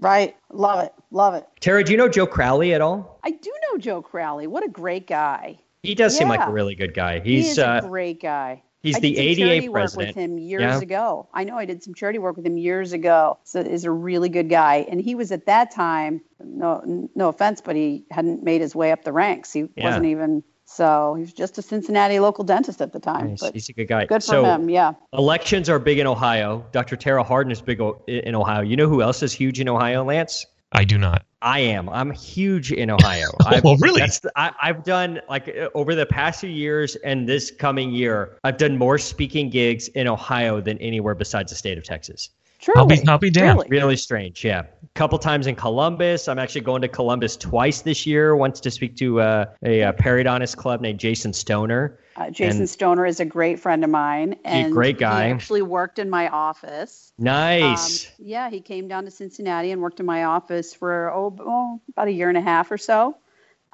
[SPEAKER 3] Right. Love it. Love it.
[SPEAKER 1] Tara, do you know Joe Crowley at all?
[SPEAKER 3] I do know Joe Crowley. What a great guy.
[SPEAKER 1] He does seem like
[SPEAKER 3] Yeah.
[SPEAKER 1] a really good guy.
[SPEAKER 3] He
[SPEAKER 1] He's
[SPEAKER 3] is
[SPEAKER 1] uh,
[SPEAKER 3] a great guy.
[SPEAKER 1] he's
[SPEAKER 3] I
[SPEAKER 1] the
[SPEAKER 3] did some
[SPEAKER 1] ADA
[SPEAKER 3] charity
[SPEAKER 1] president.
[SPEAKER 3] Work with him years
[SPEAKER 1] Yeah.
[SPEAKER 3] ago. I know I did some charity work with him years ago. So is a really good guy, and he was at that time. No, no offense, but he hadn't made his way up the ranks. He
[SPEAKER 1] Yeah.
[SPEAKER 3] wasn't even so. He was just a Cincinnati local dentist at the time.
[SPEAKER 1] he's,
[SPEAKER 3] but
[SPEAKER 1] he's a good guy.
[SPEAKER 3] good for
[SPEAKER 1] so,
[SPEAKER 3] him. Yeah.
[SPEAKER 1] Elections are big in Ohio. Dr. Tara Hardin is big o- in Ohio. You know who else is huge in Ohio, Lance?
[SPEAKER 2] I do not.
[SPEAKER 1] I am. I'm huge in Ohio. I've,
[SPEAKER 2] Well, really?
[SPEAKER 1] That's the, I, I've done like uh, over the past few years and this coming year, I've done more speaking gigs in Ohio than anywhere besides the state of Texas.
[SPEAKER 3] Truly.
[SPEAKER 2] I'll be- I'll be damned.
[SPEAKER 3] Truly.
[SPEAKER 1] Really strange, yeah. A couple times in Columbus. I'm actually going to Columbus twice this year. Once to speak to uh, a, uh periodontist club named Jason Stoner.
[SPEAKER 3] Uh, Jason
[SPEAKER 1] And-
[SPEAKER 3] Stoner is a great friend of mine, and
[SPEAKER 1] great guy.
[SPEAKER 3] He actually worked in my office.
[SPEAKER 1] Nice.
[SPEAKER 3] Um, yeah, he came down to Cincinnati and worked in my office for oh, b- oh, about a year and a half or so.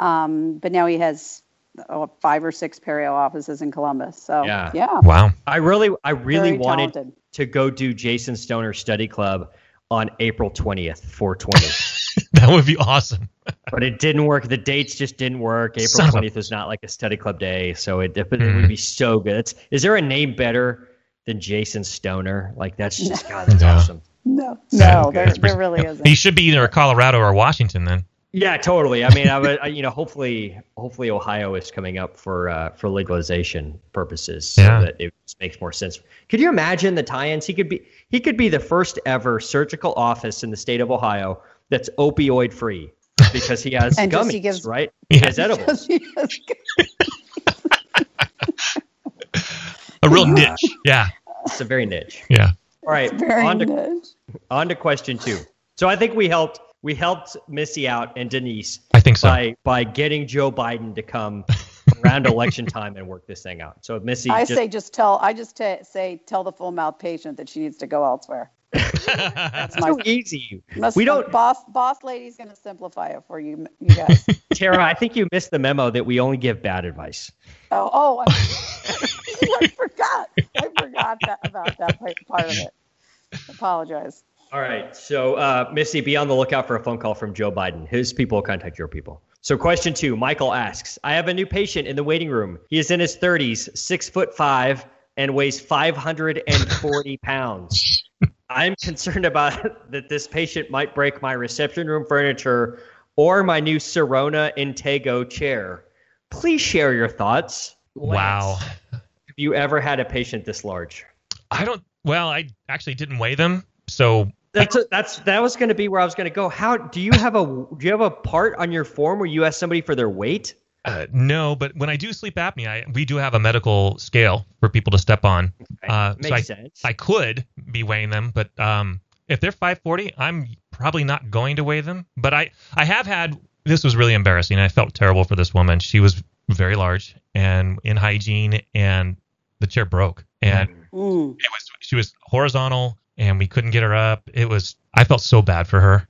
[SPEAKER 3] Um, but now he has oh, five or six perio offices in Columbus. So
[SPEAKER 1] Yeah.
[SPEAKER 3] yeah,
[SPEAKER 2] Wow.
[SPEAKER 1] I really, I really
[SPEAKER 3] very
[SPEAKER 1] wanted
[SPEAKER 3] talented.
[SPEAKER 1] to go do Jason Stoner Study Club on April 20th, 420.
[SPEAKER 2] That would be awesome.
[SPEAKER 1] but it didn't work. The dates just didn't work. April
[SPEAKER 2] Son of a- Mm-hmm.
[SPEAKER 1] 20th was not like a study club day. So it, but it would be so good. It's, is there a name better than Jason Stoner? Like, that's just, God, that's
[SPEAKER 2] No.
[SPEAKER 1] awesome.
[SPEAKER 3] No,
[SPEAKER 2] Yeah,
[SPEAKER 3] no,
[SPEAKER 1] okay.
[SPEAKER 3] there,
[SPEAKER 1] That's
[SPEAKER 3] there really
[SPEAKER 2] He
[SPEAKER 3] isn't.
[SPEAKER 2] should be either Colorado or Washington then.
[SPEAKER 1] Yeah, totally. I mean, I would, I, you know, hopefully, hopefully Ohio is coming up for uh, for legalization purposes, so
[SPEAKER 2] Yeah.
[SPEAKER 1] that it just makes more sense. Could you imagine the tie-ins? He could be he could be the first ever surgical office in the state of Ohio that's opioid free because he has
[SPEAKER 3] And
[SPEAKER 1] gummies,
[SPEAKER 3] just he gives-
[SPEAKER 1] right?
[SPEAKER 2] Yeah.
[SPEAKER 1] He has edibles.
[SPEAKER 2] A real niche. Yeah.
[SPEAKER 1] It's a very niche.
[SPEAKER 2] Yeah.
[SPEAKER 1] All right,
[SPEAKER 3] Very
[SPEAKER 1] on to
[SPEAKER 3] good.
[SPEAKER 1] on to question two. So I think we helped we helped Missy out and Denise
[SPEAKER 2] I think so.
[SPEAKER 1] by by getting Joe Biden to come around election time and work this thing out. So Missy,
[SPEAKER 3] I
[SPEAKER 1] just,
[SPEAKER 3] say just tell. I just t- say tell the full mouth patient that she needs to go elsewhere. That's my.
[SPEAKER 1] so easy.
[SPEAKER 3] must-
[SPEAKER 1] we don't-
[SPEAKER 3] Boss, boss lady's going to simplify it for you, you guys.
[SPEAKER 1] Tara, I think you missed the memo that we only give bad advice.
[SPEAKER 3] oh, oh, I, I forgot. I forgot that, about that part part of it. Apologize.
[SPEAKER 1] All right. So uh, Missy, be on the lookout for a phone call from Joe Biden. His people will contact your people. So question two, Michael asks, I have a new patient in the waiting room. He is in his 30s, six foot five, and weighs 540 pounds. I'm concerned about that this patient might break my reception room furniture or my new Serona Intego chair. Please share your thoughts.
[SPEAKER 2] wow.
[SPEAKER 1] Lance, Have you ever had a patient this large?
[SPEAKER 2] I don't. Well, I actually didn't weigh them, so
[SPEAKER 1] That's a, that's that was going to be where I was going to go. How do you have a do you have a part on your form where you ask somebody for their weight?
[SPEAKER 2] uh, no. But when I do sleep apnea, I, we do have a medical scale for people to step on. Uh,
[SPEAKER 1] Makes
[SPEAKER 2] so I,
[SPEAKER 1] sense.
[SPEAKER 2] I could be weighing them, but um, if they're 540, I'm probably not going to weigh them. But I, I have had this was really embarrassing. I felt terrible for this woman. She was very large and in hygiene, and the chair broke, and
[SPEAKER 3] Mm.
[SPEAKER 2] it was she was horizontal, and we couldn't get her up. It was I felt so bad for her.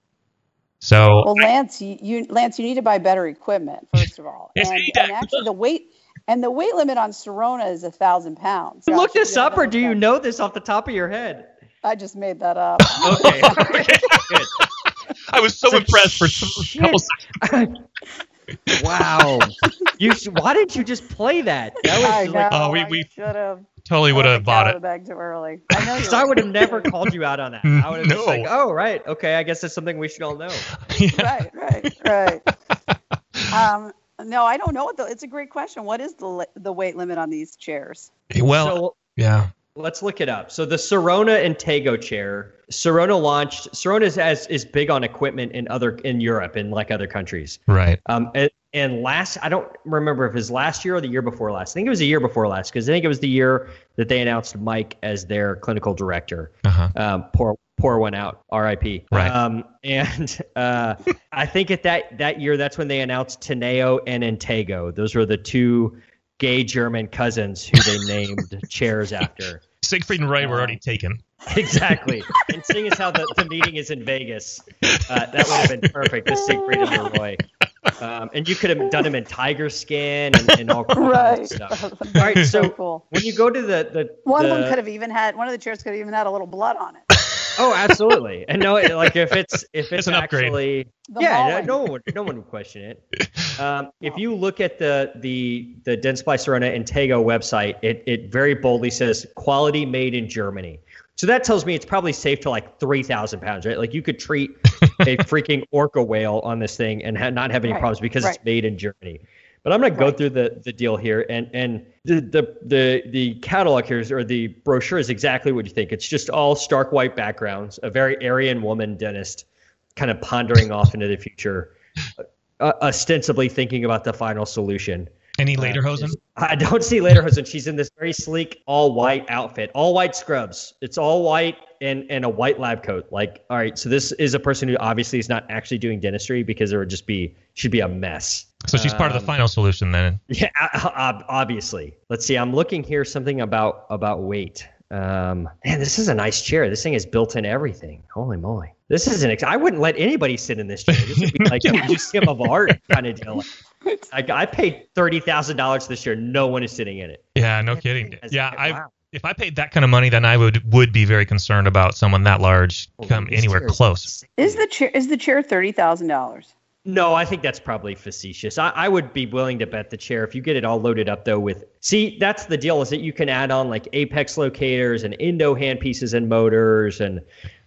[SPEAKER 2] So
[SPEAKER 3] Well, Lance, you, you Lance, you need to buy better equipment first of all,
[SPEAKER 2] Yes,
[SPEAKER 3] and,
[SPEAKER 2] he does.
[SPEAKER 3] and actually the weight and the weight limit on Serona is a thousand pounds.
[SPEAKER 1] you look
[SPEAKER 3] Actually,
[SPEAKER 1] this
[SPEAKER 3] yeah,
[SPEAKER 1] up, or
[SPEAKER 3] that
[SPEAKER 1] do you
[SPEAKER 3] was-
[SPEAKER 1] know this off the top of your head?
[SPEAKER 3] I just made that up.
[SPEAKER 1] Okay. Good.
[SPEAKER 2] I was so impressed for a couple seconds.
[SPEAKER 1] wow. You s- why did you just play that? That
[SPEAKER 3] I
[SPEAKER 1] was like
[SPEAKER 3] know,
[SPEAKER 2] Oh, we-
[SPEAKER 3] I
[SPEAKER 2] we-
[SPEAKER 3] should have.
[SPEAKER 2] Totally would have bought it.
[SPEAKER 3] Back too early. I know.
[SPEAKER 1] because
[SPEAKER 3] you're
[SPEAKER 1] I would
[SPEAKER 3] right.
[SPEAKER 1] have never called you out on that. I would have just
[SPEAKER 2] No.
[SPEAKER 1] like, oh right, okay, I guess that's something we should all know.
[SPEAKER 2] Yeah.
[SPEAKER 3] right, right, right. um, no, I don't know. What the, it's a great question. What is the li- the weight limit on these chairs?
[SPEAKER 2] Well,
[SPEAKER 1] so,
[SPEAKER 2] yeah.
[SPEAKER 1] Let's look it up. So the Serona Intego chair, Serona launched. Serona is as, is big on equipment in other in Europe and like other countries.
[SPEAKER 2] Right.
[SPEAKER 1] Um, and, and last, I don't remember if it was last year or the year before last. I think it was the year before last because I think it was the year that they announced Mike as their clinical director.
[SPEAKER 2] Uh-huh.
[SPEAKER 1] Um, poor, poor one out. R.I.P.
[SPEAKER 2] Right.
[SPEAKER 1] Um, and uh, I think at that that year, that's when they announced Teneo and Intego. Those were the two gay German cousins who they named chairs after.
[SPEAKER 2] Siegfried and Roy were already taken.
[SPEAKER 1] Exactly. and seeing as how the, the meeting is in Vegas, uh, that would have been perfect with Siegfried and Roy. Um, and you could have done him in tiger skin and, and all kinds
[SPEAKER 3] Right.
[SPEAKER 1] of stuff. All right,
[SPEAKER 3] So
[SPEAKER 1] so
[SPEAKER 3] cool.
[SPEAKER 1] when you go to the the
[SPEAKER 3] One of
[SPEAKER 1] the-
[SPEAKER 3] them could have even had one of the chairs could have even had a little blood on it.
[SPEAKER 1] oh, absolutely, and no, it- like if it's if it's,
[SPEAKER 2] an upgrade.
[SPEAKER 1] actually
[SPEAKER 3] The
[SPEAKER 1] yeah,
[SPEAKER 3] mauling.
[SPEAKER 1] no one no one would question it. Um, if you look at the the the Dentsply Serena Intego website, it it very boldly says quality made in Germany. So that tells me it's probably safe to like three thousand pounds, right? Like you could treat a freaking orca whale on this thing and ha- not have any
[SPEAKER 3] Right,
[SPEAKER 1] problems because
[SPEAKER 3] right.
[SPEAKER 1] it's made in Germany. But I'm going to go through the, the deal here, and and the the the, the catalog here is, or the brochure is exactly what you think. It's just all stark white backgrounds, a very Aryan woman dentist, kind of pondering off into the future, uh, ostensibly thinking about the final solution.
[SPEAKER 2] Any later hosen?
[SPEAKER 1] I don't see later Hosen. She's in this very sleek, all white outfit, all white scrubs. It's all white and and a white lab coat. Like, all right, so this is a person who obviously is not actually doing dentistry because it would just be should be a mess.
[SPEAKER 2] So she's part
[SPEAKER 3] Um,
[SPEAKER 2] of the final solution then.
[SPEAKER 1] Yeah, o- ob- obviously. Let's see. I'm looking here something about about weight. Um, man, this is a nice chair. This thing is built in everything. Holy moly! This is an. Ex- I wouldn't let anybody sit in this chair. This would be like a museum of art kind of deal. Like, I paid thirty thousand dollars this year. No one is sitting in it.
[SPEAKER 2] Yeah, no kidding. Yeah, I
[SPEAKER 1] Wow.
[SPEAKER 2] if I paid that kind of money, then I would would be very concerned about someone that large come
[SPEAKER 1] This
[SPEAKER 2] anywhere
[SPEAKER 1] chair is
[SPEAKER 2] close.
[SPEAKER 1] insane.
[SPEAKER 3] Is the chair is the chair thirty thousand dollars?
[SPEAKER 1] No, I think that's probably facetious. I, I would be willing to bet the chair if you get it all loaded up though with see, that's the deal, is that you can add on like apex locators and endo handpieces and motors and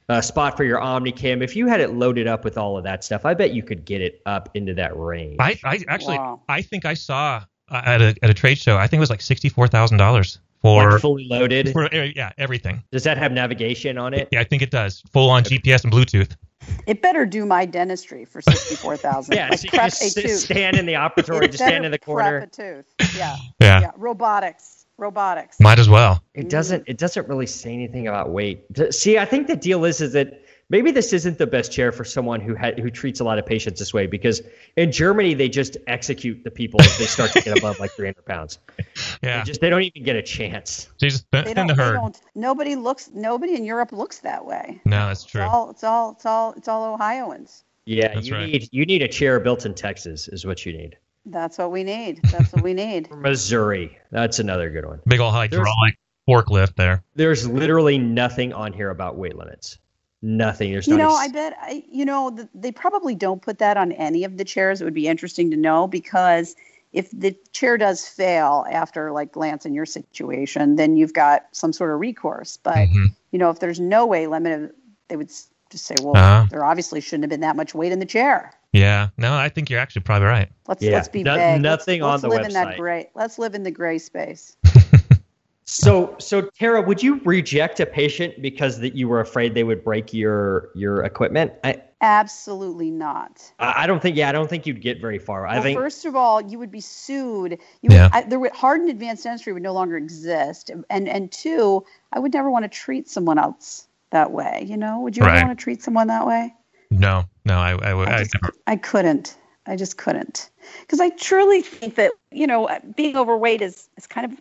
[SPEAKER 1] uh, uh, spot for your Omnicam. If you had it loaded up with all of that stuff, I bet you could get it up into that range.
[SPEAKER 2] I, I actually,
[SPEAKER 3] Wow.
[SPEAKER 2] I think I saw uh, at a at a trade show. I think it was like sixty four thousand dollars for
[SPEAKER 1] Like, fully loaded.
[SPEAKER 2] for uh, yeah everything.
[SPEAKER 1] Does that have navigation on it?
[SPEAKER 2] Yeah, I think it does full on GPS and Bluetooth.
[SPEAKER 3] It better do my dentistry for sixty-four thousand.
[SPEAKER 1] Yeah,
[SPEAKER 3] like
[SPEAKER 1] so you
[SPEAKER 3] prep
[SPEAKER 1] just
[SPEAKER 3] a
[SPEAKER 1] sit-
[SPEAKER 3] tooth.
[SPEAKER 1] stand in the operatory,
[SPEAKER 3] It
[SPEAKER 1] just stand
[SPEAKER 3] better
[SPEAKER 1] in the corner.
[SPEAKER 3] Prep a tooth. Yeah,
[SPEAKER 2] Yeah,
[SPEAKER 3] yeah. Robotics. Robotics.
[SPEAKER 2] might as well.
[SPEAKER 1] It doesn't. It doesn't really say anything about weight. D- See, I think the deal is is that maybe this isn't the best chair for someone who ha- who treats a lot of patients this way because in Germany they just execute the people if they start to get above like 300 pounds.
[SPEAKER 2] Yeah,
[SPEAKER 1] They just they don't even get a chance.
[SPEAKER 2] so you just th-
[SPEAKER 3] they
[SPEAKER 2] thin
[SPEAKER 3] don't,
[SPEAKER 2] the
[SPEAKER 3] they
[SPEAKER 2] herd.
[SPEAKER 3] don't. Nobody looks. Nobody in Europe looks that way.
[SPEAKER 2] No, that's
[SPEAKER 3] It's
[SPEAKER 2] true.
[SPEAKER 3] all. It's all. It's all. It's all Ohioans.
[SPEAKER 1] Yeah,
[SPEAKER 2] That's
[SPEAKER 1] you
[SPEAKER 2] right.
[SPEAKER 1] need you need a chair built in Texas is what you need.
[SPEAKER 3] That's what we need. That's what we need.
[SPEAKER 1] Or Missouri, that's another good one.
[SPEAKER 2] Big old hydraulic forklift there.
[SPEAKER 1] There's literally nothing on here about weight limits. Nothing. There's
[SPEAKER 3] You
[SPEAKER 1] not a
[SPEAKER 3] know,
[SPEAKER 1] s-
[SPEAKER 3] I bet I, you know th- they probably don't put that on any of the chairs. It would be interesting to know because if the chair does fail after, like Lance, in your situation, then you've got some sort of recourse. But
[SPEAKER 1] Mm-hmm.
[SPEAKER 2] Mhm.
[SPEAKER 3] you know, if there's no way limit, they would s- just say, well,
[SPEAKER 2] Uh-huh.
[SPEAKER 3] there obviously shouldn't have been that much weight in the chair.
[SPEAKER 2] Yeah, no, I think you're actually probably right.
[SPEAKER 3] Let's
[SPEAKER 1] Yeah.
[SPEAKER 3] let's be
[SPEAKER 1] No-
[SPEAKER 3] vague.
[SPEAKER 1] nothing on
[SPEAKER 3] let's,
[SPEAKER 1] the
[SPEAKER 3] let's live in that
[SPEAKER 1] website.
[SPEAKER 3] gray. Let's live in the gray space.
[SPEAKER 1] So, so Tara, would you reject a patient because that you were afraid they would break your your equipment? I
[SPEAKER 3] Absolutely not.
[SPEAKER 1] I I don't think. Yeah, I don't think you'd get very far. I
[SPEAKER 3] well,
[SPEAKER 1] think.
[SPEAKER 3] first of all, you would be sued. You
[SPEAKER 2] Yeah.
[SPEAKER 3] would, I, there would, hard and advanced dentistry would no longer exist. And and two, I would never want to treat someone else that way. You know, would you
[SPEAKER 2] Right.
[SPEAKER 3] ever want to treat someone that way?
[SPEAKER 2] No, no, I, I, would-
[SPEAKER 3] I
[SPEAKER 2] I
[SPEAKER 3] just, I couldn't. I just couldn't. Because I truly think that you know, being overweight is is kind of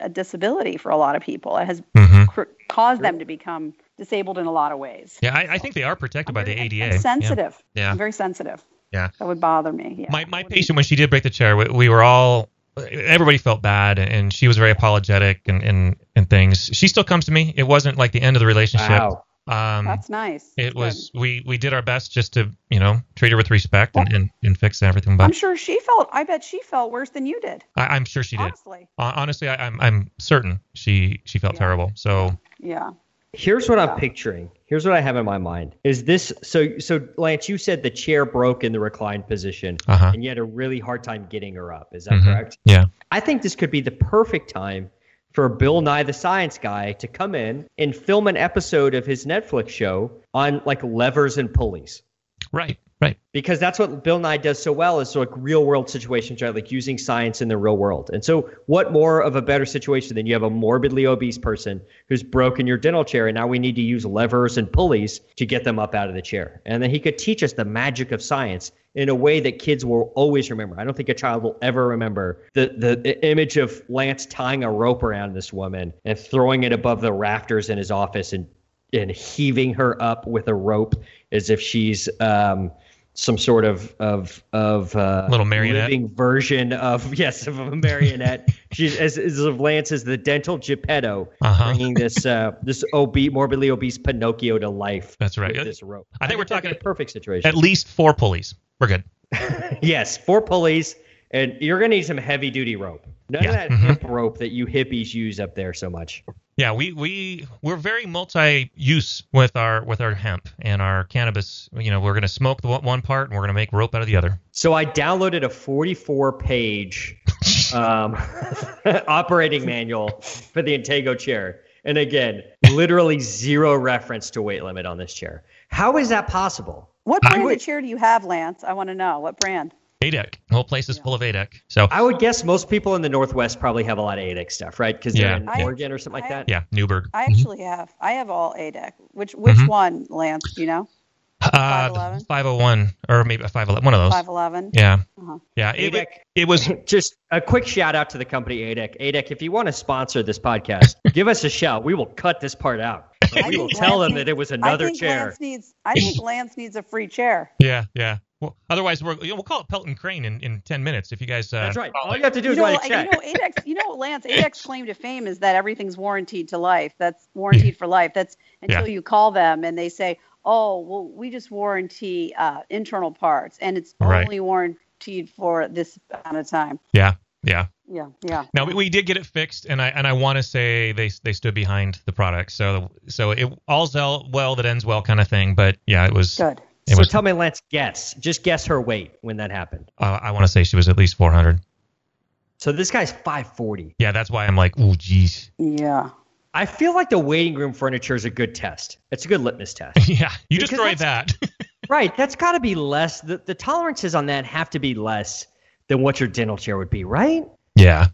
[SPEAKER 3] a disability for a lot of people. It has
[SPEAKER 2] mhm.
[SPEAKER 3] cr- caused them to become disabled in a lot of ways.
[SPEAKER 2] Yeah, I, I think they are protected by the
[SPEAKER 3] I'm-
[SPEAKER 2] ADA.
[SPEAKER 3] I'm sensitive.
[SPEAKER 2] Yeah.
[SPEAKER 3] I'm very sensitive.
[SPEAKER 2] Yeah.
[SPEAKER 3] That would bother me. Yeah.
[SPEAKER 2] my, my
[SPEAKER 3] Wouldn't-
[SPEAKER 2] patient when she did break the chair we, we were all everybody felt bad and she was very apologetic and, and, and things she still comes to me it wasn't like the end of the relationship
[SPEAKER 1] Wow.
[SPEAKER 2] um,
[SPEAKER 3] That's nice.
[SPEAKER 2] it
[SPEAKER 3] Good.
[SPEAKER 2] was we, we did our best just to you know treat her with respect and, and, and fix everything
[SPEAKER 3] I'm
[SPEAKER 2] but
[SPEAKER 3] sure she felt. I bet she felt worse than you did.
[SPEAKER 2] I, i'm sure she did
[SPEAKER 3] Honestly.
[SPEAKER 2] Hon- honestly I, I'm, I'm certain she she felt
[SPEAKER 3] Yeah.
[SPEAKER 2] terrible so
[SPEAKER 3] Yeah.
[SPEAKER 1] Here's what I'm picturing. Here's what I have in my mind. Is this so? So Lance, you said the chair broke in the reclined position,
[SPEAKER 2] uh-huh
[SPEAKER 1] and you had a really hard time getting her up. Is that
[SPEAKER 2] Mhm.
[SPEAKER 1] correct?
[SPEAKER 2] yeah
[SPEAKER 1] I think this could be the perfect time for Bill Nye the Science Guy to come in and film an episode of his Netflix show on like levers and pulleys.
[SPEAKER 2] right right
[SPEAKER 1] because that's what Bill Nye does so well is like real world situations, right? Like using science in the real world. And so, what more of a better situation than you have a morbidly obese person who's broken your dental chair, and now we need to use levers and pulleys to get them up out of the chair, and then he could teach us the magic of science in a way that kids will always remember. I don't think a child will ever remember the the, the image of Lance tying a rope around this woman and throwing it above the rafters in his office and and heaving her up with a rope as if she's um, some sort of of of uh,
[SPEAKER 2] Little marionette.
[SPEAKER 1] living version of yes of a marionette. she's as, as of Lance as the dental Geppetto,
[SPEAKER 2] Uh-huh.
[SPEAKER 1] bringing this uh, this obese morbidly obese Pinocchio to life.
[SPEAKER 2] That's right.
[SPEAKER 1] with this rope.
[SPEAKER 2] I think we're
[SPEAKER 1] that'd be
[SPEAKER 2] talking-
[SPEAKER 1] a perfect situation.
[SPEAKER 2] at least four pulleys we're good
[SPEAKER 1] Yes, four pulleys, and you're gonna need some heavy duty rope. None
[SPEAKER 2] Yeah. Mm-hmm.
[SPEAKER 1] of that hip rope that you hippies use up there so much.
[SPEAKER 2] Yeah, we we we're very multi-use with our with our hemp and our cannabis. You know, we're going to smoke the one one part and we're going to make rope out of the other.
[SPEAKER 1] So I downloaded a 44 page um, operating manual for the Intego chair, and again, literally zero reference to weight limit on this chair. How is that possible?
[SPEAKER 3] What
[SPEAKER 2] I
[SPEAKER 3] brand
[SPEAKER 2] would-
[SPEAKER 3] of chair do you have, Lance? I want to know what brand.
[SPEAKER 2] ADEC, the whole place is full of ADEC. So
[SPEAKER 1] I would guess most people in the Northwest probably have a lot of 8 stuff, right? Because
[SPEAKER 2] Yeah.
[SPEAKER 1] they're in
[SPEAKER 3] I-
[SPEAKER 1] Oregon or something like
[SPEAKER 3] I-
[SPEAKER 1] that.
[SPEAKER 2] yeah, Newberg.
[SPEAKER 3] I
[SPEAKER 1] Mm-hmm.
[SPEAKER 3] actually have. I have all ADEC. Which which
[SPEAKER 2] Mhm.
[SPEAKER 3] one, Lance? Do you know?
[SPEAKER 2] Uh,
[SPEAKER 3] 511?
[SPEAKER 2] five hundred one or maybe a five eleven. One of those.
[SPEAKER 3] Five eleven.
[SPEAKER 2] Yeah,
[SPEAKER 3] Uh-huh.
[SPEAKER 2] yeah. It,
[SPEAKER 1] ADEC.
[SPEAKER 2] it, it was
[SPEAKER 1] E Just a quick shout out to the company E ADEC. ADEC, if you want to sponsor this podcast, give us a shout. We will cut this part out.
[SPEAKER 3] I
[SPEAKER 1] We will
[SPEAKER 3] think
[SPEAKER 1] tell them
[SPEAKER 3] Lance
[SPEAKER 1] that it was
[SPEAKER 3] I
[SPEAKER 1] another
[SPEAKER 3] think
[SPEAKER 1] chair.
[SPEAKER 3] Lance needs. I think Lance needs a free chair.
[SPEAKER 2] yeah, yeah. Well, otherwise, we're, you know, we'll call it Pelton Crane in, in ten minutes if you guys. Uh,
[SPEAKER 1] That's right. All you have to do
[SPEAKER 3] You
[SPEAKER 1] is
[SPEAKER 3] know,
[SPEAKER 1] write a
[SPEAKER 3] you
[SPEAKER 1] check.
[SPEAKER 3] know, ADEX. You know, Lance. ADEX claim to fame is that everything's warranted to life. That's warranted for life. That's until you call them and they say, "Oh, well, we just warranty uh, internal parts, and it's
[SPEAKER 2] Right.
[SPEAKER 3] only warranted for this amount of time."
[SPEAKER 2] Yeah, Yeah.
[SPEAKER 3] Yeah, yeah.
[SPEAKER 2] Now we, we did get it fixed, and I and I want to say they they stood behind the product. So so it all's well well that ends well kind of thing. But yeah, it was.
[SPEAKER 3] Good.
[SPEAKER 2] It
[SPEAKER 1] so
[SPEAKER 2] was.
[SPEAKER 1] tell me, Lance, guess. Just guess her weight when that happened.
[SPEAKER 2] uh, I want to say she was at least 400.
[SPEAKER 1] So this guy's 540.
[SPEAKER 2] Yeah, that's why I'm like, oh geez.
[SPEAKER 3] Yeah.
[SPEAKER 1] I feel like the waiting room furniture is a good test. It's a good litmus test.
[SPEAKER 2] yeah, you
[SPEAKER 1] Because
[SPEAKER 2] destroyed that.
[SPEAKER 1] right. That's got to be less. The, the tolerances on that have to be less than what your dental chair would be, right?
[SPEAKER 2] yeah.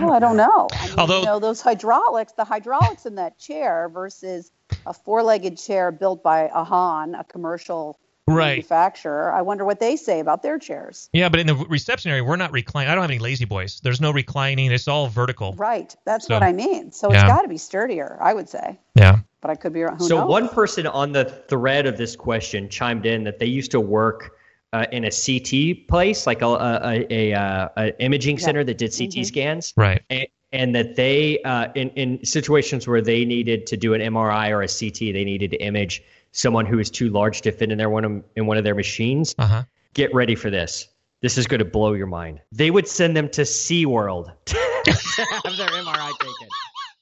[SPEAKER 3] No, I don't know. I mean,
[SPEAKER 2] Although-
[SPEAKER 3] you know those hydraulics, the hydraulics in that chair versus a four-legged chair built by a Han, a commercial
[SPEAKER 2] Right.
[SPEAKER 3] manufacturer. I wonder what they say about their chairs.
[SPEAKER 2] Yeah, but in the reception area, we're not reclining. I don't have any lazy boys. There's no reclining. It's all vertical.
[SPEAKER 3] Right. That's
[SPEAKER 2] So-
[SPEAKER 3] what I mean. So
[SPEAKER 2] Yeah.
[SPEAKER 3] it's got to be sturdier, I would say.
[SPEAKER 2] Yeah.
[SPEAKER 3] But I could be wrong. Who
[SPEAKER 1] so
[SPEAKER 3] knows?
[SPEAKER 1] one person on the thread of this question chimed in that they used to work uh, in a CT place, like a a, a, a, uh, a imaging center that did CT
[SPEAKER 3] Mhm.
[SPEAKER 1] scans,
[SPEAKER 2] Right.
[SPEAKER 1] and, and that they uh, in in situations where they needed to do an MRI or a CT, they needed to image someone who is too large to fit in their one of, in one of their machines.
[SPEAKER 2] Uh huh.
[SPEAKER 1] Get ready for this. This is going to blow your mind. They would send them to SeaWorld to have their MRI taken.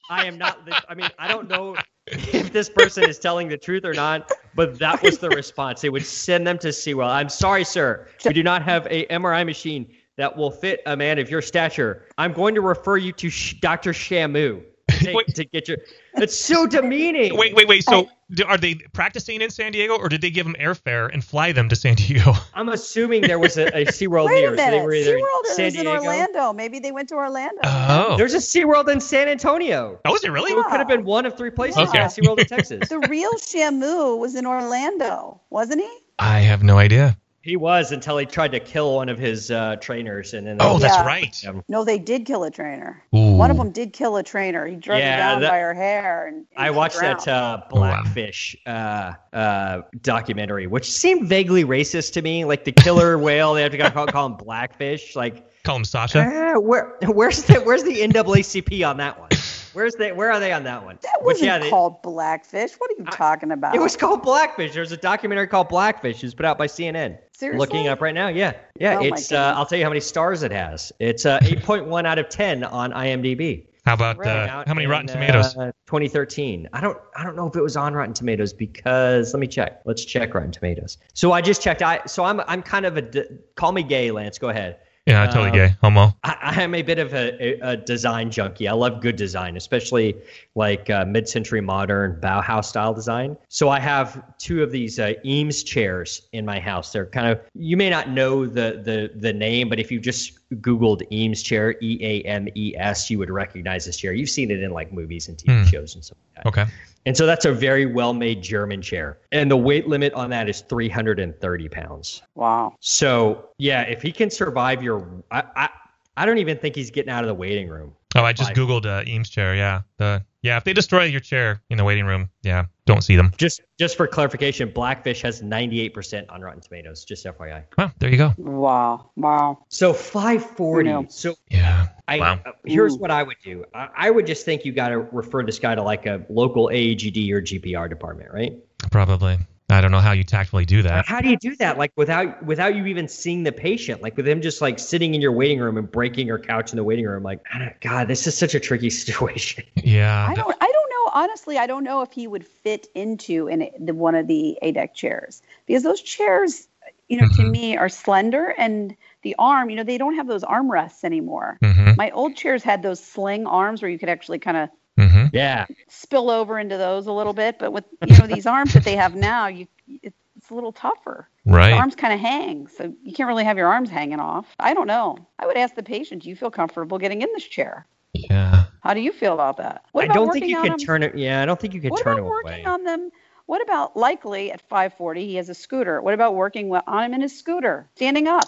[SPEAKER 1] I am not. The, I mean, I don't know if this person is telling the truth or not, but that was the response. They would send them to SeaWorld. I'm sorry, sir. We do not have a MRI machine that will fit a man of your stature. I'm going to refer you to Sh- Dr. Shamu to, take-
[SPEAKER 2] Wait.
[SPEAKER 1] to get your. It's so demeaning.
[SPEAKER 2] Wait, wait, wait. So d are they practicing in San Diego, or did they give them airfare and fly them to San Diego?
[SPEAKER 1] I'm assuming there was a, a SeaWorld
[SPEAKER 3] Wait a
[SPEAKER 1] near. so
[SPEAKER 3] minute.
[SPEAKER 1] they were either in
[SPEAKER 3] SeaWorld
[SPEAKER 1] San
[SPEAKER 3] is in
[SPEAKER 1] Diego.
[SPEAKER 3] Orlando. Maybe they went to Orlando.
[SPEAKER 2] Oh.
[SPEAKER 1] There's a SeaWorld in San Antonio.
[SPEAKER 2] Oh, is it really?
[SPEAKER 1] So it could have been one of three places.
[SPEAKER 3] Okay.
[SPEAKER 1] Yeah, SeaWorld in Texas.
[SPEAKER 3] the real Shamu was in Orlando, wasn't he?
[SPEAKER 2] I have no idea.
[SPEAKER 1] He was until he tried to kill one of his uh, trainers, and then
[SPEAKER 2] Oh, that's
[SPEAKER 3] Yeah.
[SPEAKER 2] right.
[SPEAKER 1] Yeah.
[SPEAKER 3] No, they did kill a trainer.
[SPEAKER 2] Ooh.
[SPEAKER 3] One of them did kill a trainer. He drug
[SPEAKER 1] Yeah,
[SPEAKER 3] her down
[SPEAKER 1] that-
[SPEAKER 3] by her hair. And, and
[SPEAKER 1] I
[SPEAKER 3] she
[SPEAKER 1] watched that
[SPEAKER 2] Oh,
[SPEAKER 3] drowned.
[SPEAKER 1] uh, Blackfish uh, uh, documentary, which seemed vaguely racist to me. Like the killer whale, they have to call, call him Blackfish. Like,
[SPEAKER 2] Call him Sasha.
[SPEAKER 1] ah, where where's the where's the NAACP on that one? Where's the where are they on that one?
[SPEAKER 3] That
[SPEAKER 1] But
[SPEAKER 3] wasn't
[SPEAKER 1] they-
[SPEAKER 3] called Blackfish. What are you talking about?
[SPEAKER 1] It was called Blackfish. There's a documentary called Blackfish. It was put out by CNN.
[SPEAKER 3] Seriously?
[SPEAKER 1] Looking up right now. Yeah. Yeah.
[SPEAKER 3] Oh my
[SPEAKER 1] it's, uh,
[SPEAKER 3] goodness.
[SPEAKER 1] I'll tell you how many stars it has. It's uh, 8.1 out of 10 on IMDb.
[SPEAKER 2] How about
[SPEAKER 1] Right
[SPEAKER 2] uh,
[SPEAKER 1] out
[SPEAKER 2] how many
[SPEAKER 1] in,
[SPEAKER 2] Rotten Tomatoes?
[SPEAKER 1] Uh, 2013. I don't. I don't know if it was on Rotten Tomatoes because let me check. Let's check Rotten Tomatoes. So I just checked. I so I'm I'm kind of a d- call me gay, Lance. Go ahead.
[SPEAKER 2] yeah, totally
[SPEAKER 1] um,
[SPEAKER 2] gay, homo.
[SPEAKER 1] I, I am a bit of a, a, a design junkie. I love good design, especially like uh, mid-century modern Bauhaus style design. So I have two of these uh, Eames chairs in my house. They're kind of you may not know the the the name, but if you just Googled Eames chair, E A M E S, you would recognize this chair. You've seen it in like movies and TV
[SPEAKER 2] Hmm.
[SPEAKER 1] shows and stuff like that.
[SPEAKER 2] Okay.
[SPEAKER 1] And so that's a very well-made German chair, and the weight limit on that is 330 pounds.
[SPEAKER 3] wow.
[SPEAKER 1] So yeah, if he can survive your, I, I, I don't even think he's getting out of the waiting room.
[SPEAKER 2] Oh, I just
[SPEAKER 1] Bye.
[SPEAKER 2] googled uh, Eames chair. Yeah. The yeah. If they destroy your chair in the waiting room, yeah, don't see them.
[SPEAKER 1] Just, just for clarification, Blackfish has 98% on Rotten Tomatoes. Just FYI.
[SPEAKER 2] Well, there you go.
[SPEAKER 3] Wow. Wow.
[SPEAKER 1] So 540.
[SPEAKER 3] No.
[SPEAKER 1] So
[SPEAKER 2] Yeah.
[SPEAKER 1] I,
[SPEAKER 2] Wow.
[SPEAKER 1] uh, here's
[SPEAKER 3] Ooh.
[SPEAKER 1] what I would do. I, I would just think you got to refer this guy to like a local AEGD or GPR department, right?
[SPEAKER 2] Probably. I don't know how you tactfully do that.
[SPEAKER 1] How do you do that? Like without, without you even seeing the patient, like with him just like sitting in your waiting room and breaking your couch in the waiting room. Like, I don't- God, this is such a tricky situation.
[SPEAKER 2] Yeah.
[SPEAKER 3] I don't. I don't know. Honestly, I don't know if he would fit into an, the, one of the ADEC chairs because those chairs, you know, to
[SPEAKER 1] Mm-hmm.
[SPEAKER 2] Mhm.
[SPEAKER 3] me are slender and the arm. You know, they don't have those armrests anymore.
[SPEAKER 2] Mm-hmm.
[SPEAKER 3] My old chairs had those sling arms where you could actually kind of
[SPEAKER 2] Mm-hmm.
[SPEAKER 1] Yeah.
[SPEAKER 3] spill over into those a little bit. But with you know these arms that they have now, you it, it's a little tougher.
[SPEAKER 2] Right.
[SPEAKER 3] The arms kind of hang, so you can't really have your arms hanging off. I don't know. I would ask the patient, "Do you feel comfortable getting in this chair?
[SPEAKER 2] Yeah.
[SPEAKER 3] How do you feel about that?" What
[SPEAKER 1] I
[SPEAKER 3] about
[SPEAKER 1] don't think
[SPEAKER 3] working
[SPEAKER 1] you
[SPEAKER 3] on
[SPEAKER 1] can
[SPEAKER 3] them-
[SPEAKER 1] turn it. Yeah, I don't think you can
[SPEAKER 3] What
[SPEAKER 1] turn
[SPEAKER 3] about
[SPEAKER 1] him
[SPEAKER 3] working
[SPEAKER 1] away.
[SPEAKER 3] on them? What about likely at 5:40 he has a scooter? What about working wi- on him in his scooter, standing up?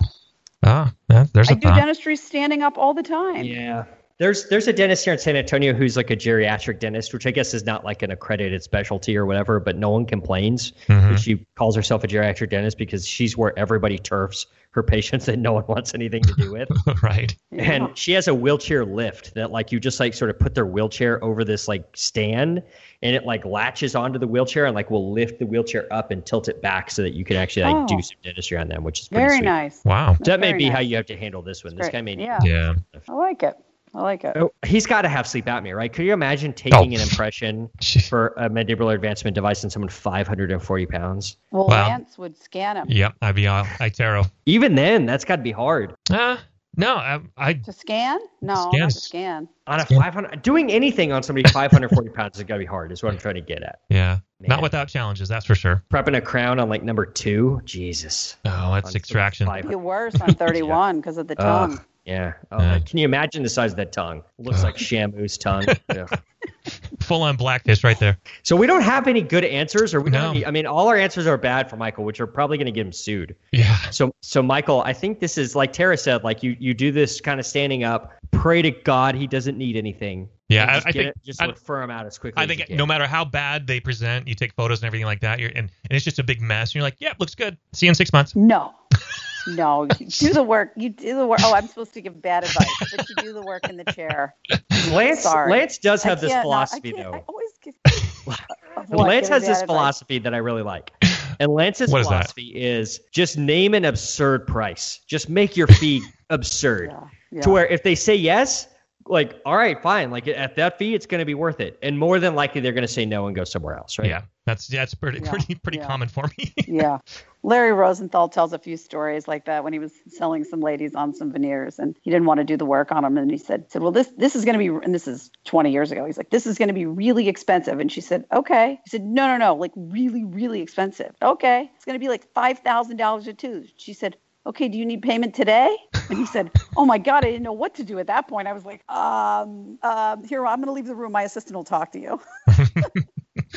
[SPEAKER 2] Ah, that, there's
[SPEAKER 3] I
[SPEAKER 2] a
[SPEAKER 3] do
[SPEAKER 2] thought.
[SPEAKER 3] dentistry standing up all the time.
[SPEAKER 1] yeah, There's there's a dentist here in San Antonio who's like a geriatric dentist, which I guess is not like an accredited specialty or whatever, but no one complains.
[SPEAKER 2] Mhm.
[SPEAKER 1] But She calls herself a geriatric dentist because she's where everybody turfs her patients that no one wants anything to do with.
[SPEAKER 2] Mm-hmm. right.
[SPEAKER 1] and she has a wheelchair lift that like you just like sort of put their wheelchair over this like stand and it like latches onto the wheelchair and like will lift the wheelchair up and tilt it back so that you can actually like
[SPEAKER 3] Oh.
[SPEAKER 1] do some dentistry on them, which is pretty
[SPEAKER 3] Very
[SPEAKER 1] sweet.
[SPEAKER 3] nice.
[SPEAKER 2] Wow.
[SPEAKER 1] So that may
[SPEAKER 3] Very
[SPEAKER 1] be
[SPEAKER 3] nice.
[SPEAKER 1] how you have to handle this one. This
[SPEAKER 3] Great.
[SPEAKER 1] guy may need
[SPEAKER 3] Yeah.
[SPEAKER 2] Yeah.
[SPEAKER 3] I like it. I like it.
[SPEAKER 1] Oh, he's got to have sleep apnea, right? Could you imagine taking an impression
[SPEAKER 2] Jeez.
[SPEAKER 1] for a mandibular advancement device on someone 540 pounds?
[SPEAKER 3] Well,
[SPEAKER 2] Wow.
[SPEAKER 3] Lance would scan him.
[SPEAKER 2] Yep. I'd be all Itero.
[SPEAKER 1] Even then, that's got to be hard.
[SPEAKER 2] Uh, no, I, I
[SPEAKER 3] To scan? No, not to
[SPEAKER 2] Scans.
[SPEAKER 3] scan.
[SPEAKER 1] On a 500, doing anything on somebody 540 pounds is got to be hard. Is what I'm trying to get at.
[SPEAKER 2] yeah.
[SPEAKER 1] Man.
[SPEAKER 2] Not without challenges, that's for sure.
[SPEAKER 1] Prepping a crown on like number two, Jesus.
[SPEAKER 2] Oh, that's
[SPEAKER 1] On
[SPEAKER 2] extraction.
[SPEAKER 1] 500
[SPEAKER 3] Be worse on 31 because of the
[SPEAKER 1] Ugh,
[SPEAKER 3] tongue.
[SPEAKER 1] yeah. Oh,
[SPEAKER 2] Yeah.
[SPEAKER 1] like, Can you imagine the size of that tongue? Looks like Shamu's tongue. Ugh.
[SPEAKER 2] Full on blackfish right there.
[SPEAKER 1] So we don't have any good answers, or we don't
[SPEAKER 2] No.
[SPEAKER 1] have any, I mean, all our answers are bad for Michael, which are probably going to get him sued.
[SPEAKER 2] Yeah.
[SPEAKER 1] So, so Michael, I think this is like Tara said, like you you do this kind of standing up. Pray to God he doesn't need anything.
[SPEAKER 2] Yeah,
[SPEAKER 1] And
[SPEAKER 2] I-
[SPEAKER 1] just
[SPEAKER 2] I
[SPEAKER 1] get
[SPEAKER 2] think-
[SPEAKER 1] it, just
[SPEAKER 2] I-
[SPEAKER 1] refer him out as quickly.
[SPEAKER 2] I
[SPEAKER 1] as you
[SPEAKER 2] think
[SPEAKER 1] can.
[SPEAKER 2] no matter how bad they present, you take photos and everything like that, you're, and, and it's just a big mess. And you're like, yeah, looks good. See you in six months.
[SPEAKER 3] No. No, you do the work. You do the work. Oh, I'm supposed to give bad advice, but you do the work in the chair.
[SPEAKER 1] Lance
[SPEAKER 3] Sorry.
[SPEAKER 1] Lance does
[SPEAKER 3] I
[SPEAKER 1] have this
[SPEAKER 3] can't- no, I
[SPEAKER 1] philosophy
[SPEAKER 3] can't- I
[SPEAKER 1] though.
[SPEAKER 3] always give. of what,
[SPEAKER 1] Lance has
[SPEAKER 3] giving bad
[SPEAKER 1] this
[SPEAKER 3] advice.
[SPEAKER 1] philosophy that I really like. And Lance's
[SPEAKER 2] What is that?
[SPEAKER 1] philosophy is just name an absurd price. Just make your fee absurd.
[SPEAKER 3] Yeah, yeah.
[SPEAKER 1] to where if they say yes, like all right, fine, like at that fee, it's going to be worth it, and more than likely they're going to say no and go somewhere else, right?
[SPEAKER 2] Yeah. That's yeah, it's pretty
[SPEAKER 3] Yeah,
[SPEAKER 2] pretty pretty
[SPEAKER 3] yeah.
[SPEAKER 2] common for me.
[SPEAKER 3] yeah. Larry Rosenthal tells a few stories like that when he was selling some ladies on some veneers and he didn't want to do the work on them. And he said, said, well, this, this is going to be, and this is 20 years ago. He's like, this is going to be really expensive. And she said, okay. He said, no, no, no. Like really, really expensive. Okay. It's going to be like $5,000 a tooth. She said, okay, do you need payment today? And he said, oh my God, I didn't know what to do at that point. I was like, um, um, here, I'm going to leave the room. My assistant will talk to you.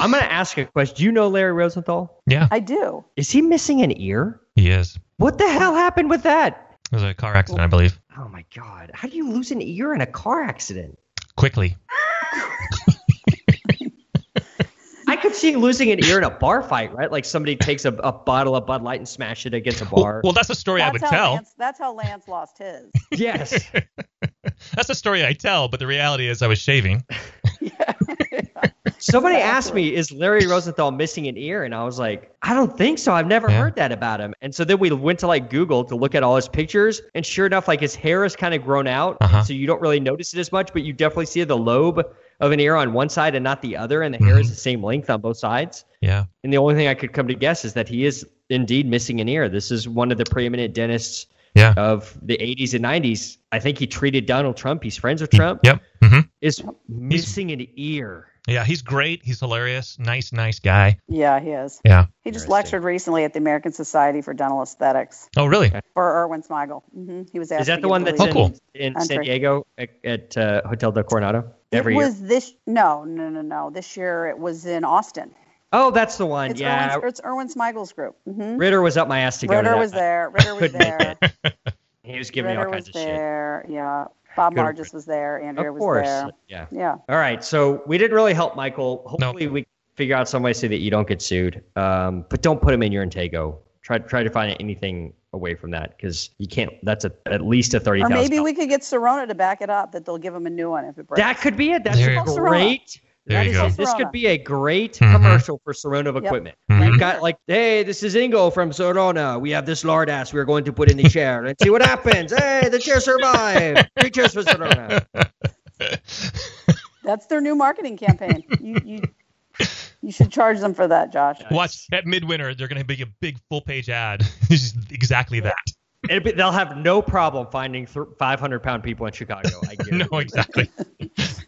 [SPEAKER 1] I'm going to ask a question. Do you know Larry Rosenthal?
[SPEAKER 2] yeah,
[SPEAKER 3] I do.
[SPEAKER 1] Is he missing an ear?
[SPEAKER 2] he is.
[SPEAKER 1] What the hell happened with that?
[SPEAKER 2] It was a car accident, I believe.
[SPEAKER 1] Oh my god! How do you lose an ear in a car accident?
[SPEAKER 2] Quickly.
[SPEAKER 1] I could see losing an ear in a bar fight, right? Like somebody takes a, a bottle of Bud Light and smash it against a
[SPEAKER 2] Well,
[SPEAKER 1] bar.
[SPEAKER 2] well, that's a story I
[SPEAKER 3] That's
[SPEAKER 2] would
[SPEAKER 3] how
[SPEAKER 2] tell.
[SPEAKER 3] Lance, that's how Lance lost his.
[SPEAKER 1] yes.
[SPEAKER 2] That's a story I tell, but the reality is I was shaving.
[SPEAKER 1] Somebody asked me, "Is Larry Rosenthal missing an ear?" And I was like, "I don't think so. I've never
[SPEAKER 2] Yeah.
[SPEAKER 1] heard that about him." And so then we went to like Google to look at all his pictures, and sure enough, like his hair is kind of grown out, and
[SPEAKER 2] Uh-huh.
[SPEAKER 1] so you don't really notice it as much, but you definitely see the lobe of an ear on one side and not the other, and the hair is
[SPEAKER 2] Mm-hmm.
[SPEAKER 1] the same length on both sides.
[SPEAKER 2] Yeah.
[SPEAKER 1] And the only thing I could come to guess is that he is indeed missing an ear. This is one of the preeminent dentists
[SPEAKER 2] Yeah.
[SPEAKER 1] of the 80s and 90s. I think he treated Donald Trump. He's friends with Trump.
[SPEAKER 2] Yep. hmm
[SPEAKER 1] Is missing an ear.
[SPEAKER 2] Yeah, he's great. He's hilarious. Nice, nice guy.
[SPEAKER 3] Yeah, he is.
[SPEAKER 2] Yeah.
[SPEAKER 3] He just
[SPEAKER 1] Interesting.
[SPEAKER 3] lectured recently at the American Society for Dental Aesthetics
[SPEAKER 2] Oh, really?
[SPEAKER 3] for Erwin Smigel. hmm He was asked.
[SPEAKER 1] Is that
[SPEAKER 3] to
[SPEAKER 1] the
[SPEAKER 3] give
[SPEAKER 1] one that's
[SPEAKER 3] lead.
[SPEAKER 2] Oh, cool.
[SPEAKER 1] in, in
[SPEAKER 3] Country.
[SPEAKER 1] San Diego at, at uh, Hotel del Coronado every
[SPEAKER 3] it
[SPEAKER 1] year?
[SPEAKER 3] was this? No, no, no, no. This year it was in Austin.
[SPEAKER 1] Oh, that's the one.
[SPEAKER 3] It's
[SPEAKER 1] yeah,
[SPEAKER 3] Erwin's, it's Erwin Smigel's group. hmm
[SPEAKER 1] Ritter was up my ass to go. to
[SPEAKER 3] Ritter
[SPEAKER 1] that.
[SPEAKER 3] was there. Ritter was
[SPEAKER 1] Couldn't make
[SPEAKER 3] there.
[SPEAKER 1] He was giving
[SPEAKER 3] Ritter
[SPEAKER 1] me all
[SPEAKER 3] was
[SPEAKER 1] kinds
[SPEAKER 3] there. Yeah. Bob
[SPEAKER 1] Good.
[SPEAKER 3] Margis was there.
[SPEAKER 1] of shit.
[SPEAKER 3] Andrea
[SPEAKER 1] Of
[SPEAKER 3] was
[SPEAKER 1] course.
[SPEAKER 3] there.
[SPEAKER 1] Yeah.
[SPEAKER 3] Yeah.
[SPEAKER 1] All right. So we didn't really help Michael. Hopefully we figure out some way so that you don't get sued. Um, but don't put him in your Intego. Try try to find anything away from that because you can't. That's a, at least a thirty
[SPEAKER 3] Or
[SPEAKER 1] thousand.
[SPEAKER 3] maybe we could get Sorona to back it up that they'll give him a new one if it breaks.
[SPEAKER 1] That could be it. That's
[SPEAKER 2] There
[SPEAKER 1] a
[SPEAKER 2] you
[SPEAKER 3] go.
[SPEAKER 1] great.
[SPEAKER 2] There
[SPEAKER 1] that
[SPEAKER 2] you
[SPEAKER 1] is-
[SPEAKER 2] go.
[SPEAKER 1] This could be a great
[SPEAKER 2] Mhm.
[SPEAKER 1] commercial for Sorona equipment.
[SPEAKER 2] Mhm.
[SPEAKER 1] You've got like, hey, this is Ingo from Sorona. We have this lard ass we're going to put in the chair. Let's see what happens. Hey, the chair survived. Three cheers for Sorona.
[SPEAKER 3] That's their new marketing campaign. you, you, you should charge them for that, Josh.
[SPEAKER 2] Watch at midwinter, they're going to be a big full page ad. It's just exactly that.
[SPEAKER 1] It'd be, they'll have no problem finding th- 500 pound people in Chicago. I guarantee
[SPEAKER 2] No,
[SPEAKER 1] you.
[SPEAKER 2] exactly.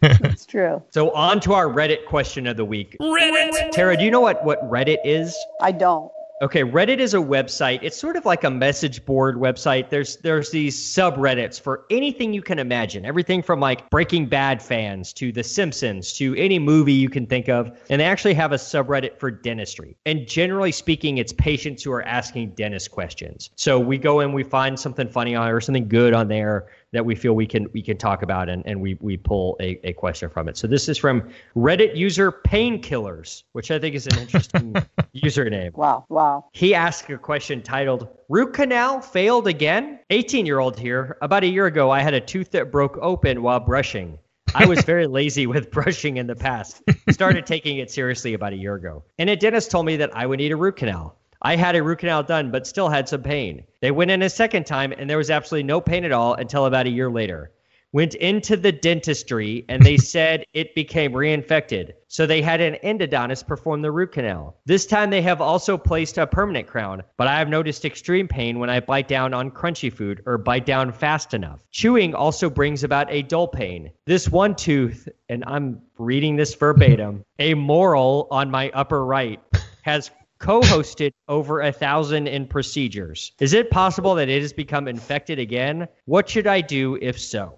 [SPEAKER 3] It's true.
[SPEAKER 1] So, on to our Reddit question of the week.
[SPEAKER 4] Reddit.
[SPEAKER 1] Tara, do you know what, what Reddit is?
[SPEAKER 3] I don't.
[SPEAKER 1] Okay, Reddit is a website. It's sort of like a message board website. There's there's these subreddits for anything you can imagine. Everything from like Breaking Bad fans to The Simpsons to any movie you can think of. And they actually have a subreddit for dentistry. And generally speaking, it's patients who are asking dentist questions. So we go in, we find something funny on or something good on there. that we feel we can we can talk about and, and we we pull a, a question from it. So this is from Reddit user Painkillers, which I think is an interesting username.
[SPEAKER 3] Wow, wow.
[SPEAKER 1] He asked a question titled Root Canal Failed Again? 18 year old here. About a year ago, I had a tooth that broke open while brushing. I was very lazy with brushing in the past. Started taking it seriously about a year ago. And a dentist told me that I would need a root canal. I had a root canal done, but still had some pain. They went in a second time, and there was absolutely no pain at all until about a year later. Went into the dentistry, and they said it became reinfected. So they had an endodontist perform the root canal. This time, they have also placed a permanent crown, but I have noticed extreme pain when I bite down on crunchy food or bite down fast enough. Chewing also brings about a dull pain. This one tooth, and I'm reading this verbatim, a moral on my upper right has co-hosted over a thousand in procedures. Is it possible that it has become infected again? What should I do if so?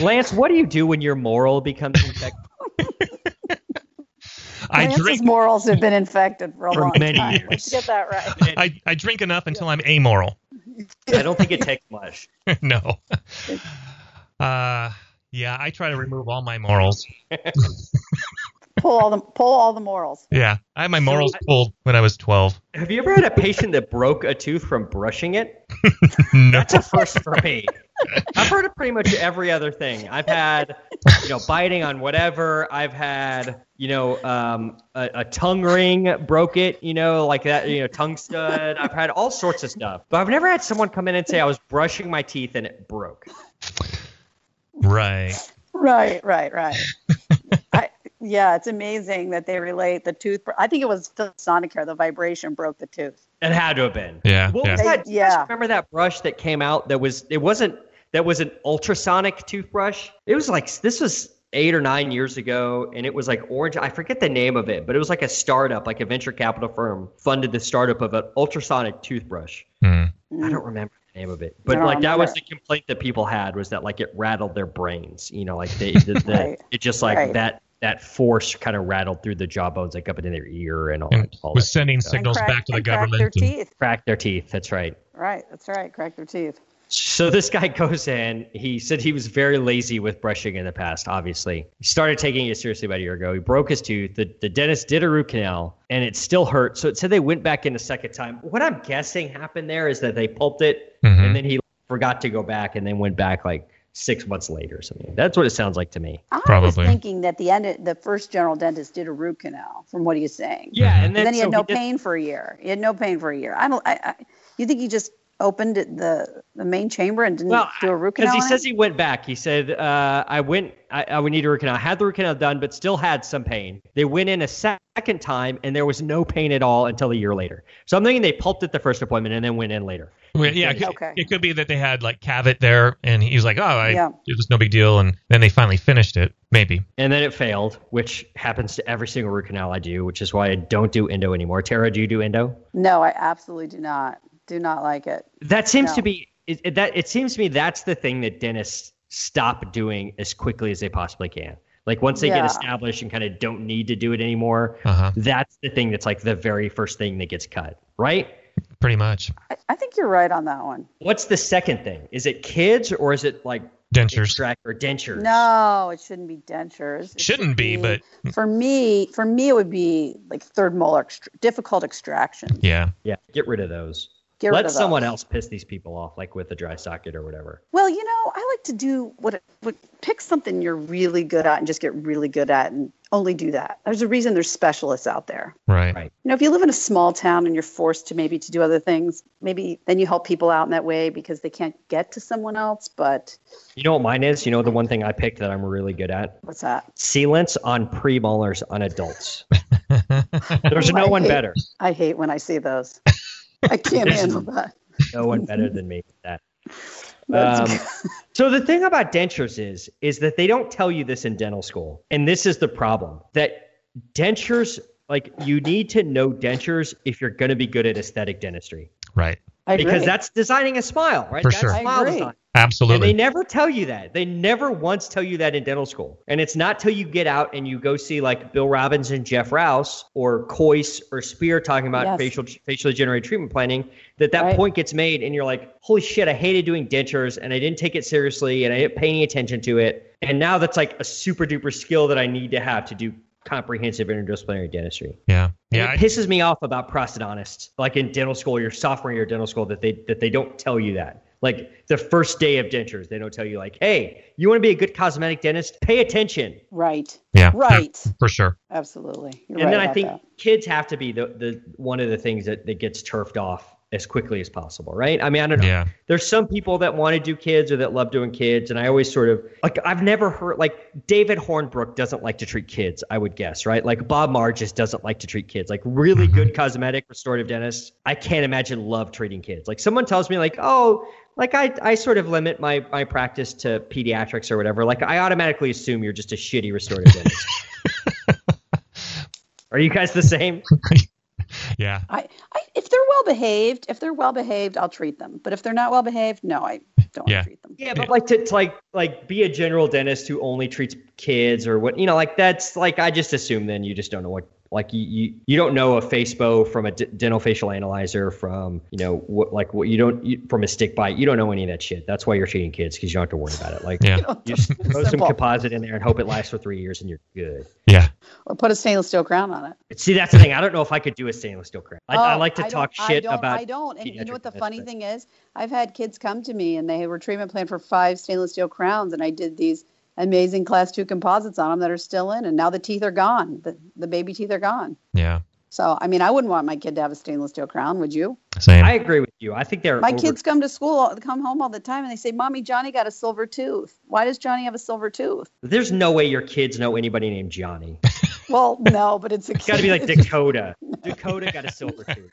[SPEAKER 1] Lance, what do you do when your moral becomes infected?
[SPEAKER 2] I
[SPEAKER 3] Lance's
[SPEAKER 2] drink,
[SPEAKER 3] morals have been infected for a
[SPEAKER 1] For
[SPEAKER 3] long
[SPEAKER 1] many
[SPEAKER 3] time.
[SPEAKER 1] years.
[SPEAKER 3] Let's get that right.
[SPEAKER 2] I, I drink enough until I'm amoral.
[SPEAKER 1] I don't think it takes much.
[SPEAKER 2] no. Uh, yeah, I try to remove all my morals.
[SPEAKER 3] Pull all the pull all the morals.
[SPEAKER 2] Yeah, I had my morals pulled when I was 12.
[SPEAKER 1] Have you ever had a patient that broke a tooth from brushing it?
[SPEAKER 2] No.
[SPEAKER 1] That's a first for me. I've heard of pretty much every other thing. I've had, you know, biting on whatever. I've had, you know, um, a, a tongue ring broke it, you know, like that, you know, tongue stud. I've had all sorts of stuff, but I've never had someone come in and say I was brushing my teeth and it broke.
[SPEAKER 2] Right.
[SPEAKER 3] Right, right, right. I, yeah, it's amazing that they relate the tooth. I think it was Sonicare. The vibration broke the tooth.
[SPEAKER 1] It had to have been.
[SPEAKER 2] Yeah.
[SPEAKER 1] What
[SPEAKER 2] yeah.
[SPEAKER 1] was that? Do you guys
[SPEAKER 3] Yeah.
[SPEAKER 1] remember that brush that came out that was it wasn't that was an ultrasonic toothbrush. It was like this was eight or nine years ago, and it was like orange. I forget the name of it, but it was like a startup, like a venture capital firm funded the startup of an ultrasonic toothbrush.
[SPEAKER 2] Hmm.
[SPEAKER 3] Mm.
[SPEAKER 1] I don't remember the name of it, but
[SPEAKER 3] don't
[SPEAKER 1] like that was the
[SPEAKER 3] remember.
[SPEAKER 1] complaint that people had was that like it rattled their brains. You know, like they the, the,
[SPEAKER 3] Right.
[SPEAKER 1] it just like
[SPEAKER 3] Right.
[SPEAKER 1] that that force kind of rattled through the jawbones, like up into their ear and all,
[SPEAKER 2] And
[SPEAKER 1] that, all
[SPEAKER 2] was
[SPEAKER 1] that
[SPEAKER 2] sending
[SPEAKER 1] stuff.
[SPEAKER 3] And
[SPEAKER 2] signals
[SPEAKER 3] crack-
[SPEAKER 2] back to the
[SPEAKER 3] and crack
[SPEAKER 2] government.
[SPEAKER 3] Their
[SPEAKER 2] and-
[SPEAKER 3] teeth.
[SPEAKER 1] crack their teeth. That's right.
[SPEAKER 3] Right, that's right. Crack their teeth.
[SPEAKER 1] So this guy goes in. He said he was very lazy with brushing in the past. Obviously, he started taking it seriously about a year ago. He broke his tooth. The, the dentist did a root canal, and it still hurt. So it said they went back in a second time. What I'm guessing happened there is that they pulped it,
[SPEAKER 2] Mhm.
[SPEAKER 1] and then he forgot to go back, and then went back like six months later or something. That's what it sounds like to me.
[SPEAKER 3] I was
[SPEAKER 2] Probably.
[SPEAKER 3] thinking that the end, the first general dentist did a root canal. From what he's saying,
[SPEAKER 1] Yeah,
[SPEAKER 2] Mhm.
[SPEAKER 1] and
[SPEAKER 3] and
[SPEAKER 1] then,
[SPEAKER 3] then he had
[SPEAKER 1] so
[SPEAKER 3] no
[SPEAKER 1] did-
[SPEAKER 3] pain for a year. He had no pain for a year. I don't. I, I, you think he just opened it- the the main chamber and didn't do a root
[SPEAKER 1] Because
[SPEAKER 3] canal?
[SPEAKER 1] he
[SPEAKER 3] on
[SPEAKER 1] says
[SPEAKER 3] it?
[SPEAKER 1] he went back. He said, uh, I went, I, I would need a root canal. I had the root canal done, but still had some pain. They went in a second time, and there was no pain at all until a year later. So I'm thinking they pulped at the first appointment and then went in later.
[SPEAKER 2] Well, yeah, it could-
[SPEAKER 3] Okay.
[SPEAKER 2] it could be that they had like Cavett there, and he was like, "Oh, I,
[SPEAKER 3] Yeah.
[SPEAKER 2] it was no big deal," and then they finally finished it. Maybe.
[SPEAKER 1] And then it failed, which happens to every single root canal I do, which is why I don't do endo anymore. Tara, do you do endo?
[SPEAKER 3] no, I absolutely do not. Do not like it.
[SPEAKER 1] That seems
[SPEAKER 3] No.
[SPEAKER 1] to be it, it- that. It seems to me that's the thing that dentists stop doing as quickly as they possibly can. Like once they
[SPEAKER 3] Yeah.
[SPEAKER 1] get established and kind of don't need to do it anymore,
[SPEAKER 2] Uh huh.
[SPEAKER 1] that's the thing that's like the very first thing that gets cut, right?
[SPEAKER 2] Pretty much.
[SPEAKER 3] I, I think you're right on that one.
[SPEAKER 1] What's the second thing? Is it kids or is it like
[SPEAKER 2] Dentures.
[SPEAKER 1] extract or dentures?
[SPEAKER 3] No, it shouldn't be dentures. It
[SPEAKER 2] Shouldn't
[SPEAKER 3] should
[SPEAKER 2] be, but
[SPEAKER 3] for me, for me, it would be like third molar ext- difficult extraction.
[SPEAKER 2] yeah.
[SPEAKER 1] Yeah, get rid of those.
[SPEAKER 3] Get rid
[SPEAKER 1] Let
[SPEAKER 3] of
[SPEAKER 1] someone
[SPEAKER 3] those.
[SPEAKER 1] else piss these people off, like with a dry socket or whatever.
[SPEAKER 3] Well, you know, I like to do what, what pick something you're really good at and just get really good at and only do that. There's a reason there's specialists out there.
[SPEAKER 2] Right.
[SPEAKER 1] Right.
[SPEAKER 3] You know, if you live in a small town and you're forced to maybe to do other things, maybe then you help people out in that way because they can't get to someone else. But
[SPEAKER 1] You know what mine is? You know the one thing I picked that I'm really good at?
[SPEAKER 3] what's that?
[SPEAKER 1] Sealants on premolars on adults. There's no
[SPEAKER 3] I
[SPEAKER 1] one
[SPEAKER 3] hate-
[SPEAKER 1] better.
[SPEAKER 3] I hate when I see those. I can't handle that.
[SPEAKER 1] No one better than me at that.
[SPEAKER 3] That's
[SPEAKER 1] Um, so the thing about dentures is is that they don't tell you this in dental school, and this is the problem that dentures like you need to know dentures if you're going to be good at aesthetic dentistry.
[SPEAKER 2] Right.
[SPEAKER 3] I agree.
[SPEAKER 1] because that's designing a smile, right?
[SPEAKER 2] For
[SPEAKER 1] that's
[SPEAKER 2] sure. I
[SPEAKER 1] smile
[SPEAKER 3] agree.
[SPEAKER 1] design. And they
[SPEAKER 2] Absolutely.
[SPEAKER 1] never tell you that. They never once tell you that in dental school. And it's not till you get out and you go see like Bill Robbins and Jeff Rouse or Coyce or Spear talking about
[SPEAKER 3] Yes.
[SPEAKER 1] facial facially generated treatment planning that that
[SPEAKER 3] Right.
[SPEAKER 1] point gets made and you're like, holy shit, I hated doing dentures and I didn't take it seriously and I didn't pay any attention to it. And now that's like a super duper skill that I need to have to do comprehensive interdisciplinary dentistry.
[SPEAKER 2] yeah.
[SPEAKER 1] And
[SPEAKER 2] Yeah. I-
[SPEAKER 1] it pisses me off about prosthodontists. Like in dental school, your sophomore year of dental school, that they that they don't tell you that. Like the first day of dentures, they don't tell you like, hey, you want to be a good cosmetic dentist? Pay attention.
[SPEAKER 3] right.
[SPEAKER 2] yeah.
[SPEAKER 3] Right.
[SPEAKER 2] For sure.
[SPEAKER 3] Absolutely. You're
[SPEAKER 1] And
[SPEAKER 3] right
[SPEAKER 1] then I
[SPEAKER 3] about
[SPEAKER 1] think
[SPEAKER 3] that.
[SPEAKER 1] kids have to be the, the one of the things that, that gets turfed off as quickly as possible, right? I mean, I don't know.
[SPEAKER 2] Yeah.
[SPEAKER 1] There's some people that want to do kids or that love doing kids, and I always sort of like I've never heard like David Hornbrook doesn't like to treat kids, I would guess, right? Like Bob Marr just doesn't like to treat kids. Like really good cosmetic restorative dentists, I can't imagine love treating kids. Like someone tells me like, oh, like I, I sort of limit my my practice to pediatrics or whatever. Like I automatically assume you're just a shitty restorative dentist. Are you guys the same?
[SPEAKER 2] Yeah.
[SPEAKER 3] I, I if they're well behaved, if they're well behaved, I'll treat them. But if they're not well behaved, no, I don't
[SPEAKER 2] Yeah.
[SPEAKER 3] want to treat them.
[SPEAKER 1] Yeah, but like to, to like like be a general dentist who only treats kids or what you know like that's like I just assume then you just don't know what like you you, you don't know a facebo from a d- dental facial analyzer from you know what like what you don't you, from a stick bite you don't know any of that shit that's why you're treating kids because you don't have to worry about it like
[SPEAKER 2] Yeah.
[SPEAKER 1] you just throw some
[SPEAKER 3] Simple.
[SPEAKER 1] composite in there and hope it lasts for three years and you're good.
[SPEAKER 2] Yeah.
[SPEAKER 3] Or put a stainless steel crown on it.
[SPEAKER 1] But see that's the thing I don't know if I could do a stainless steel crown. I, I
[SPEAKER 3] Oh,
[SPEAKER 1] like to
[SPEAKER 3] don't-
[SPEAKER 1] talk
[SPEAKER 3] I
[SPEAKER 1] shit
[SPEAKER 3] don't-
[SPEAKER 1] about
[SPEAKER 3] I don't. And you know
[SPEAKER 1] pediatric
[SPEAKER 3] what the
[SPEAKER 1] dentists,
[SPEAKER 3] funny
[SPEAKER 1] but-
[SPEAKER 3] thing is? I've had kids come to me and they were treatment plan for five stainless steel crowns, and I did these amazing class two composites on them that are still in, and now the teeth are gone. The the baby teeth are gone.
[SPEAKER 2] Yeah.
[SPEAKER 3] So I mean, I wouldn't want my kid to have a stainless steel crown, would you?
[SPEAKER 2] Same.
[SPEAKER 1] I agree with you. I think they're
[SPEAKER 3] My
[SPEAKER 1] over-
[SPEAKER 3] kids come to school, come home all the time, and they say, "Mommy, Johnny got a silver tooth. Why does Johnny have a silver tooth?"
[SPEAKER 1] There's no way your kids know anybody named Johnny.
[SPEAKER 3] Well, no, but it's a
[SPEAKER 1] It's got to be like Dakota. Dakota got a silver tooth.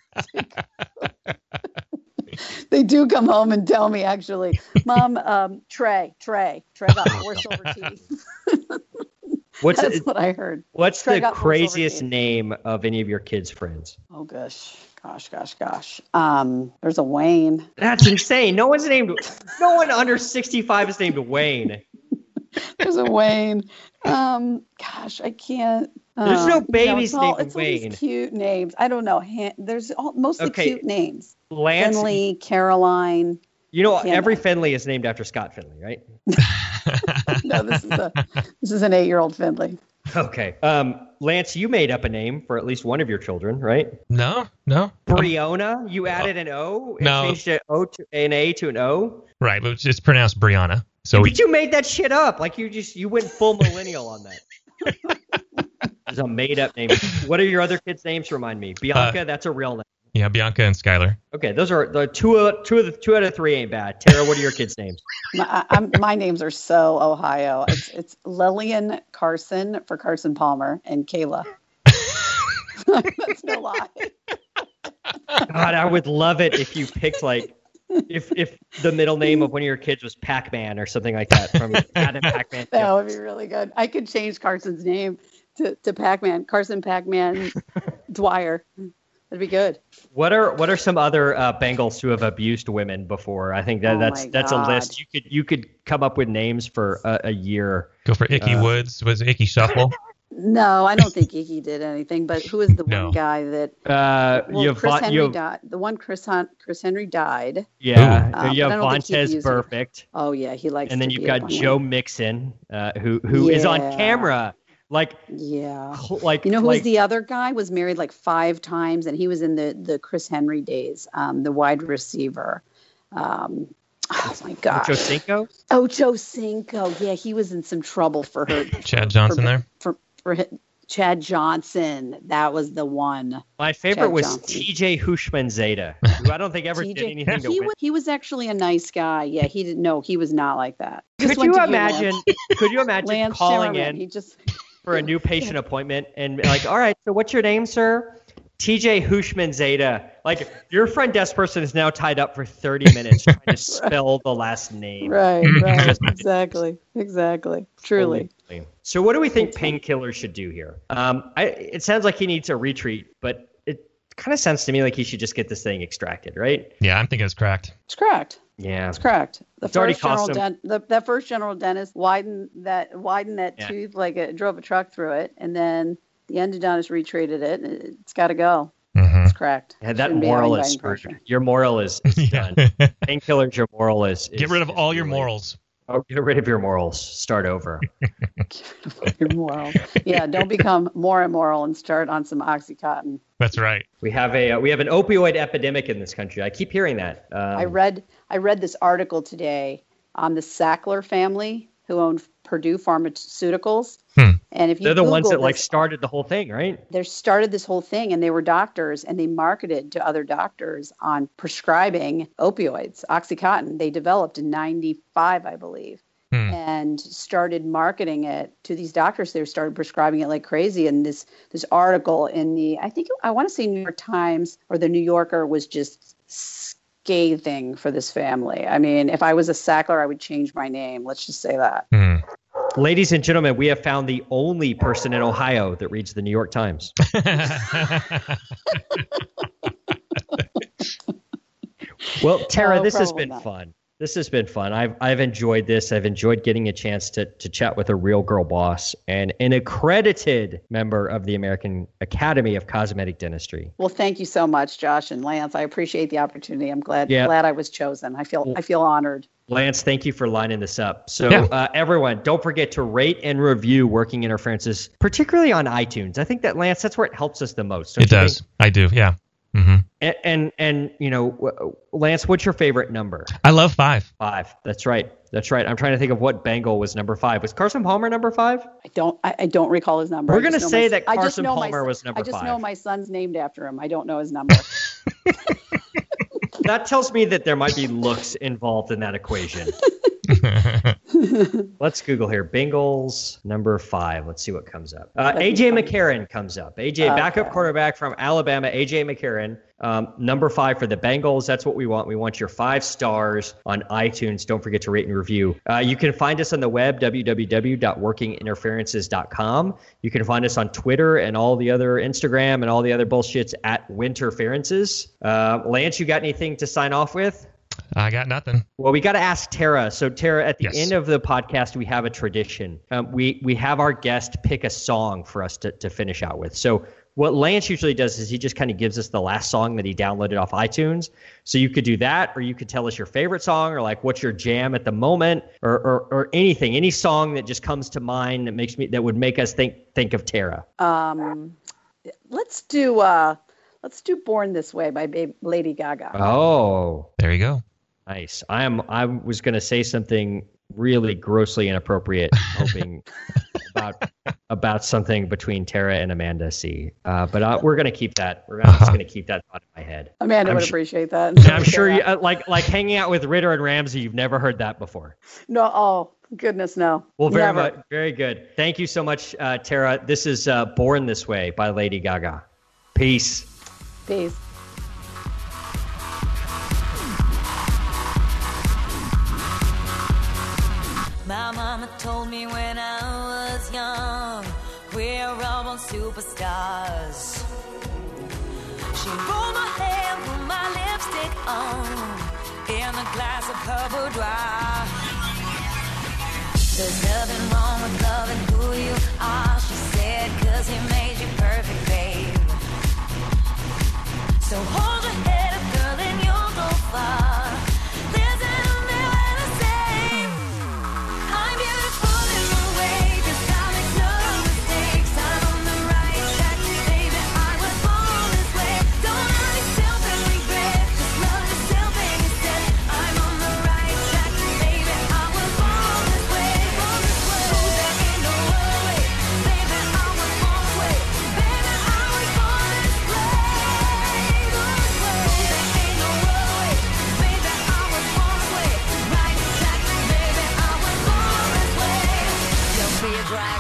[SPEAKER 3] They do come home and tell me actually, Mom, um, Trey, Trey, Trey got
[SPEAKER 1] Oh,
[SPEAKER 3] four silver teeth.
[SPEAKER 1] What's
[SPEAKER 3] That's what I heard.
[SPEAKER 1] what's
[SPEAKER 3] Trey
[SPEAKER 1] the
[SPEAKER 3] got more silver
[SPEAKER 1] craziest
[SPEAKER 3] teeth.
[SPEAKER 1] name of any of your kids' friends?
[SPEAKER 3] Oh gosh, gosh, gosh, gosh. Um, there's a Wayne.
[SPEAKER 1] That's insane. No one's named. No one under sixty five is named Wayne.
[SPEAKER 3] There's a Wayne. Um, gosh, I can't.
[SPEAKER 1] There's
[SPEAKER 3] um,
[SPEAKER 1] no
[SPEAKER 3] you know,
[SPEAKER 1] babies
[SPEAKER 3] it's all,
[SPEAKER 1] named
[SPEAKER 3] it's all these
[SPEAKER 1] Wayne.
[SPEAKER 3] cute names. I don't know. Han- There's all, mostly
[SPEAKER 1] Okay.
[SPEAKER 3] cute names.
[SPEAKER 1] Lance.
[SPEAKER 3] Henley, Caroline.
[SPEAKER 1] You know,
[SPEAKER 3] Yeah.
[SPEAKER 1] every Finley is named after Scott Finley, right?
[SPEAKER 3] No, this is a this is an eight-year-old Finley.
[SPEAKER 1] Okay. Um, Lance, you made up a name for at least one of your children, right?
[SPEAKER 2] no. No.
[SPEAKER 1] Brianna. You added an O and
[SPEAKER 2] No.
[SPEAKER 1] changed an O to an A to an O.
[SPEAKER 2] Right. But it's pronounced Brianna. So
[SPEAKER 1] but you made that shit up. Like you just you went full millennial on that. it's a made up name. What are your other kids' names? Remind me. Bianca, that's a real name.
[SPEAKER 2] yeah, Bianca and Skylar.
[SPEAKER 1] Okay, those are the two two of the two out of three ain't bad. Tara, what are your kids' names?
[SPEAKER 3] My, I- I'm, my names are so Ohio. It's, it's Lillian Carson for Carson Palmer and Kayla. That's no lie.
[SPEAKER 1] God, I would love it if you picked like if if the middle name of one of your kids was Pac-Man or something like that from Adam Pac-Man.
[SPEAKER 3] That would be really good. I could change Carson's name to, to Pac Man, Carson Pac Man Dwyer. That'd be good.
[SPEAKER 1] What are what are some other uh, Bengals who have abused women before? I think that
[SPEAKER 3] Oh
[SPEAKER 1] that's
[SPEAKER 3] my
[SPEAKER 1] that's a
[SPEAKER 3] God.
[SPEAKER 1] list. You could you could come up with names for a, a year.
[SPEAKER 2] Go for Icky
[SPEAKER 1] Uh,
[SPEAKER 2] Woods. Was it Icky Shuffle?
[SPEAKER 3] No, I don't think Iggy did anything, but who is the
[SPEAKER 2] No.
[SPEAKER 3] one guy that.
[SPEAKER 1] Uh,
[SPEAKER 3] Well,
[SPEAKER 1] you have
[SPEAKER 3] Chris
[SPEAKER 1] Von-
[SPEAKER 3] Henry
[SPEAKER 1] you have-
[SPEAKER 3] died. The one Chris, Hun- Chris Henry died.
[SPEAKER 1] Yeah,
[SPEAKER 3] Uh,
[SPEAKER 1] you
[SPEAKER 3] but I
[SPEAKER 1] have
[SPEAKER 3] don't think he
[SPEAKER 1] Vontez
[SPEAKER 3] views it.
[SPEAKER 1] perfect,
[SPEAKER 3] Oh, yeah. He likes
[SPEAKER 1] and then
[SPEAKER 3] to
[SPEAKER 1] you've
[SPEAKER 3] be up
[SPEAKER 1] got
[SPEAKER 3] on
[SPEAKER 1] Joe
[SPEAKER 3] him.
[SPEAKER 1] Mixon, uh, who who is on
[SPEAKER 3] Yeah.
[SPEAKER 1] camera, like
[SPEAKER 3] Yeah.
[SPEAKER 1] cl- like
[SPEAKER 3] You know who's
[SPEAKER 1] like,
[SPEAKER 3] the other guy? Was married like five times, and he was in the the Chris Henry days, um, the wide receiver. Um, oh my gosh,
[SPEAKER 1] Ocho Cinco?
[SPEAKER 3] Ocho Cinco. Yeah, he was in some trouble for her
[SPEAKER 2] Chad Johnson there.
[SPEAKER 3] for for hi- Chad Johnson. That was the one.
[SPEAKER 1] My favorite
[SPEAKER 3] Chad
[SPEAKER 1] was
[SPEAKER 3] Johnson.
[SPEAKER 1] T.J. Hushman Zeta, who I don't think ever did
[SPEAKER 3] TJ
[SPEAKER 1] anything to
[SPEAKER 3] he
[SPEAKER 1] win.
[SPEAKER 3] was he was actually a nice guy. Yeah, he didn't. No, he was not like that. Just
[SPEAKER 1] could
[SPEAKER 3] went
[SPEAKER 1] you
[SPEAKER 3] to ULM.
[SPEAKER 1] imagine? Could you imagine
[SPEAKER 3] Lance
[SPEAKER 1] calling
[SPEAKER 3] Sherman, He
[SPEAKER 1] in
[SPEAKER 3] just
[SPEAKER 1] for a new patient appointment and like, all right, so what's your name, sir? T.J. Hushman Zeta. Like your friend desk person is now tied up for thirty minutes trying to spell the last name.
[SPEAKER 3] right, right, exactly, exactly, truly.
[SPEAKER 1] So, what do we think painkiller should do here? Um, I, it sounds like he needs a retreat, but it kind of sounds to me like he should just get this thing extracted, right?
[SPEAKER 2] Yeah, I'm thinking it's cracked.
[SPEAKER 3] It's correct.
[SPEAKER 1] Yeah.
[SPEAKER 3] That's correct. The
[SPEAKER 1] It's already
[SPEAKER 3] first general
[SPEAKER 1] cost
[SPEAKER 3] den- the, that first general dentist widened that widened that
[SPEAKER 1] Yeah.
[SPEAKER 3] tooth like it drove a truck through it, and then the endodontist retreated it. and It's got to go.
[SPEAKER 2] Mm-hmm.
[SPEAKER 3] It's
[SPEAKER 1] Hmm.
[SPEAKER 3] correct.
[SPEAKER 1] Yeah, that
[SPEAKER 3] Shouldn't be
[SPEAKER 1] moral
[SPEAKER 3] on
[SPEAKER 1] is
[SPEAKER 3] inviting
[SPEAKER 1] screwed.
[SPEAKER 3] pressure.
[SPEAKER 1] Your moral is, is
[SPEAKER 2] Yeah.
[SPEAKER 1] done. Painkillers, your moral is, is
[SPEAKER 2] Get rid of
[SPEAKER 1] is
[SPEAKER 2] all your
[SPEAKER 1] ruined.
[SPEAKER 2] morals.
[SPEAKER 1] Oh, get rid of your morals. Start over.
[SPEAKER 3] immoral. Yeah, don't become more immoral and start on some oxycontin.
[SPEAKER 2] That's right.
[SPEAKER 1] We have a uh, we have an opioid epidemic in this country. I keep hearing that. Um,
[SPEAKER 3] I read I read this article today on the Sackler family who owned Purdue Pharmaceuticals,
[SPEAKER 2] Hmm.
[SPEAKER 3] and if you
[SPEAKER 1] they're the ones
[SPEAKER 3] Google
[SPEAKER 1] that like
[SPEAKER 3] this,
[SPEAKER 1] started the whole thing, right?
[SPEAKER 3] they started this whole thing and they were doctors and they marketed to other doctors on prescribing opioids oxycontin they developed in 95 i believe
[SPEAKER 2] Hmm.
[SPEAKER 3] and started marketing it to these doctors they started prescribing it like crazy and this this article in the i think i want to say new york times or the new yorker was just scathing for this family i mean if i was a sackler i would change my name let's just say that
[SPEAKER 2] Hmm.
[SPEAKER 1] Ladies and gentlemen, we have found the only person in Ohio that reads the New York Times. Well, Tara,
[SPEAKER 3] Oh,
[SPEAKER 1] this has
[SPEAKER 3] probably
[SPEAKER 1] been
[SPEAKER 3] not.
[SPEAKER 1] fun. This has been fun. I've I've enjoyed this. I've enjoyed getting a chance to to chat with a real girl boss and an accredited member of the American Academy of Cosmetic Dentistry.
[SPEAKER 3] Well, thank you so much, Josh and Lance. I appreciate the opportunity. I'm glad
[SPEAKER 1] Yeah.
[SPEAKER 3] glad I was chosen. I feel I feel honored.
[SPEAKER 1] Lance, thank you for lining this up. So,
[SPEAKER 2] Yeah.
[SPEAKER 1] uh, everyone, don't forget to rate and review Working Interferences, particularly on iTunes. I think that Lance, that's where it helps us the most. don't
[SPEAKER 2] it
[SPEAKER 1] you think?
[SPEAKER 2] does. I do. Yeah. hmm
[SPEAKER 1] And, and and you know, w- Lance, what's your favorite number?
[SPEAKER 2] I love five.
[SPEAKER 1] Five. That's right. That's right. I'm trying to think of what Bengal was number five. Was Carson Palmer number five?
[SPEAKER 3] I don't I, I don't recall his number.
[SPEAKER 1] We're
[SPEAKER 3] I just
[SPEAKER 1] gonna
[SPEAKER 3] know
[SPEAKER 1] say
[SPEAKER 3] my-
[SPEAKER 1] that
[SPEAKER 3] I just
[SPEAKER 1] Carson
[SPEAKER 3] know my
[SPEAKER 1] Palmer
[SPEAKER 3] son-
[SPEAKER 1] was number
[SPEAKER 3] I just
[SPEAKER 1] five.
[SPEAKER 3] know my son's named after him. I don't know his number.
[SPEAKER 1] That tells me that there might be looks involved in that equation. Let's Google here. Bengals number five. Let's see what comes up. Uh,
[SPEAKER 3] be
[SPEAKER 1] AJ McCarron comes up. AJ, backup
[SPEAKER 3] Okay.
[SPEAKER 1] quarterback from Alabama. AJ McCarron, um, number five for the Bengals. That's what we want. We want your five stars on iTunes. Don't forget to rate and review. Uh, you can find us on the web, www.workinginterferences.com. You can find us on Twitter and all the other Instagram and all the other bullshits at Winterferences. Uh, Lance, you got anything to sign off with?
[SPEAKER 2] I got nothing.
[SPEAKER 1] Well, we got to ask Tara. So, Tara, at the
[SPEAKER 2] Yes.
[SPEAKER 1] end of the podcast, we have a tradition. Um, we we have our guest pick a song for us to, to finish out with. So, what Lance usually does is he just kind of gives us the last song that he downloaded off iTunes. So you could do that, or you could tell us your favorite song, or like what's your jam at the moment, or or, or anything, any song that just comes to mind that makes me that would make us think think of Tara.
[SPEAKER 3] um, let's do uh, let's do Born This Way by Ba- Lady Gaga.
[SPEAKER 1] Oh,
[SPEAKER 2] There you go.
[SPEAKER 1] nice. I am. I was gonna say something really grossly inappropriate, hoping about about something between Tara and Amanda C. Uh, but uh, we're gonna keep that. We're I'm just gonna keep that thought in my head.
[SPEAKER 3] Amanda
[SPEAKER 1] I'm
[SPEAKER 3] would
[SPEAKER 1] su-
[SPEAKER 3] appreciate that.
[SPEAKER 1] And I'm sure, you, uh, like like hanging out with Ritter and Ramsey, you've never heard that before.
[SPEAKER 3] No, oh goodness, no.
[SPEAKER 1] Well, very much,
[SPEAKER 3] Never.
[SPEAKER 1] very good. Thank you so much, uh, Tara. This is uh, "Born This Way" by Lady Gaga. Peace.
[SPEAKER 3] Peace.
[SPEAKER 5] My mama told me when I was young, we're all born superstars. She rolled my hair, put my lipstick on, in a glass of her boudoir. There's nothing wrong with loving who you are, she said, cause he made you perfect, babe. So hold your head up, girl, and you'll go far. Listen to me when I say. I'm beautiful in my way, cause I make no mistakes. I'm on the right track, baby. I was born this way. Don't let yourself in regret. Just love yourself and instead. I'm on the right track, baby. I was born this way, born this way. Oh, there ain't no other way, baby. I was born this way, baby. I was born this way, born this way. Oh, there ain't no other way, baby. I was born this way, right track, baby. I was born this way.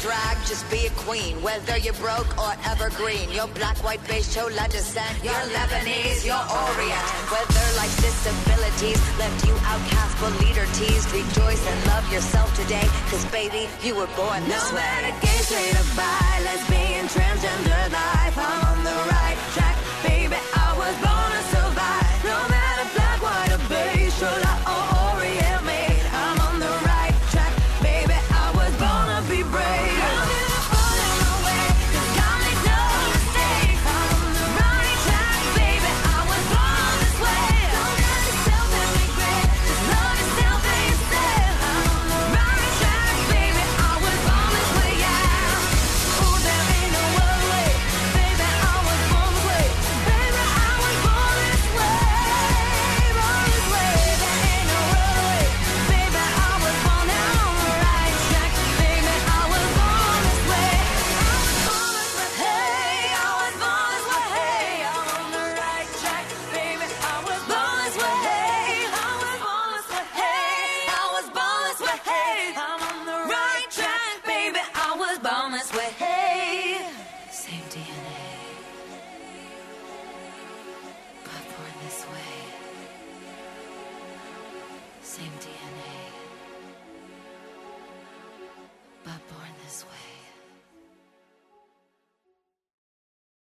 [SPEAKER 5] drag, just be a queen. Whether you're broke or evergreen, you're black, white, beige, chola descent, you're Lebanese, you're Orient. Whether life's disabilities left you outcast but leader teased, rejoice and love yourself today, cause baby, you were born
[SPEAKER 6] No
[SPEAKER 5] this way.
[SPEAKER 6] matter gay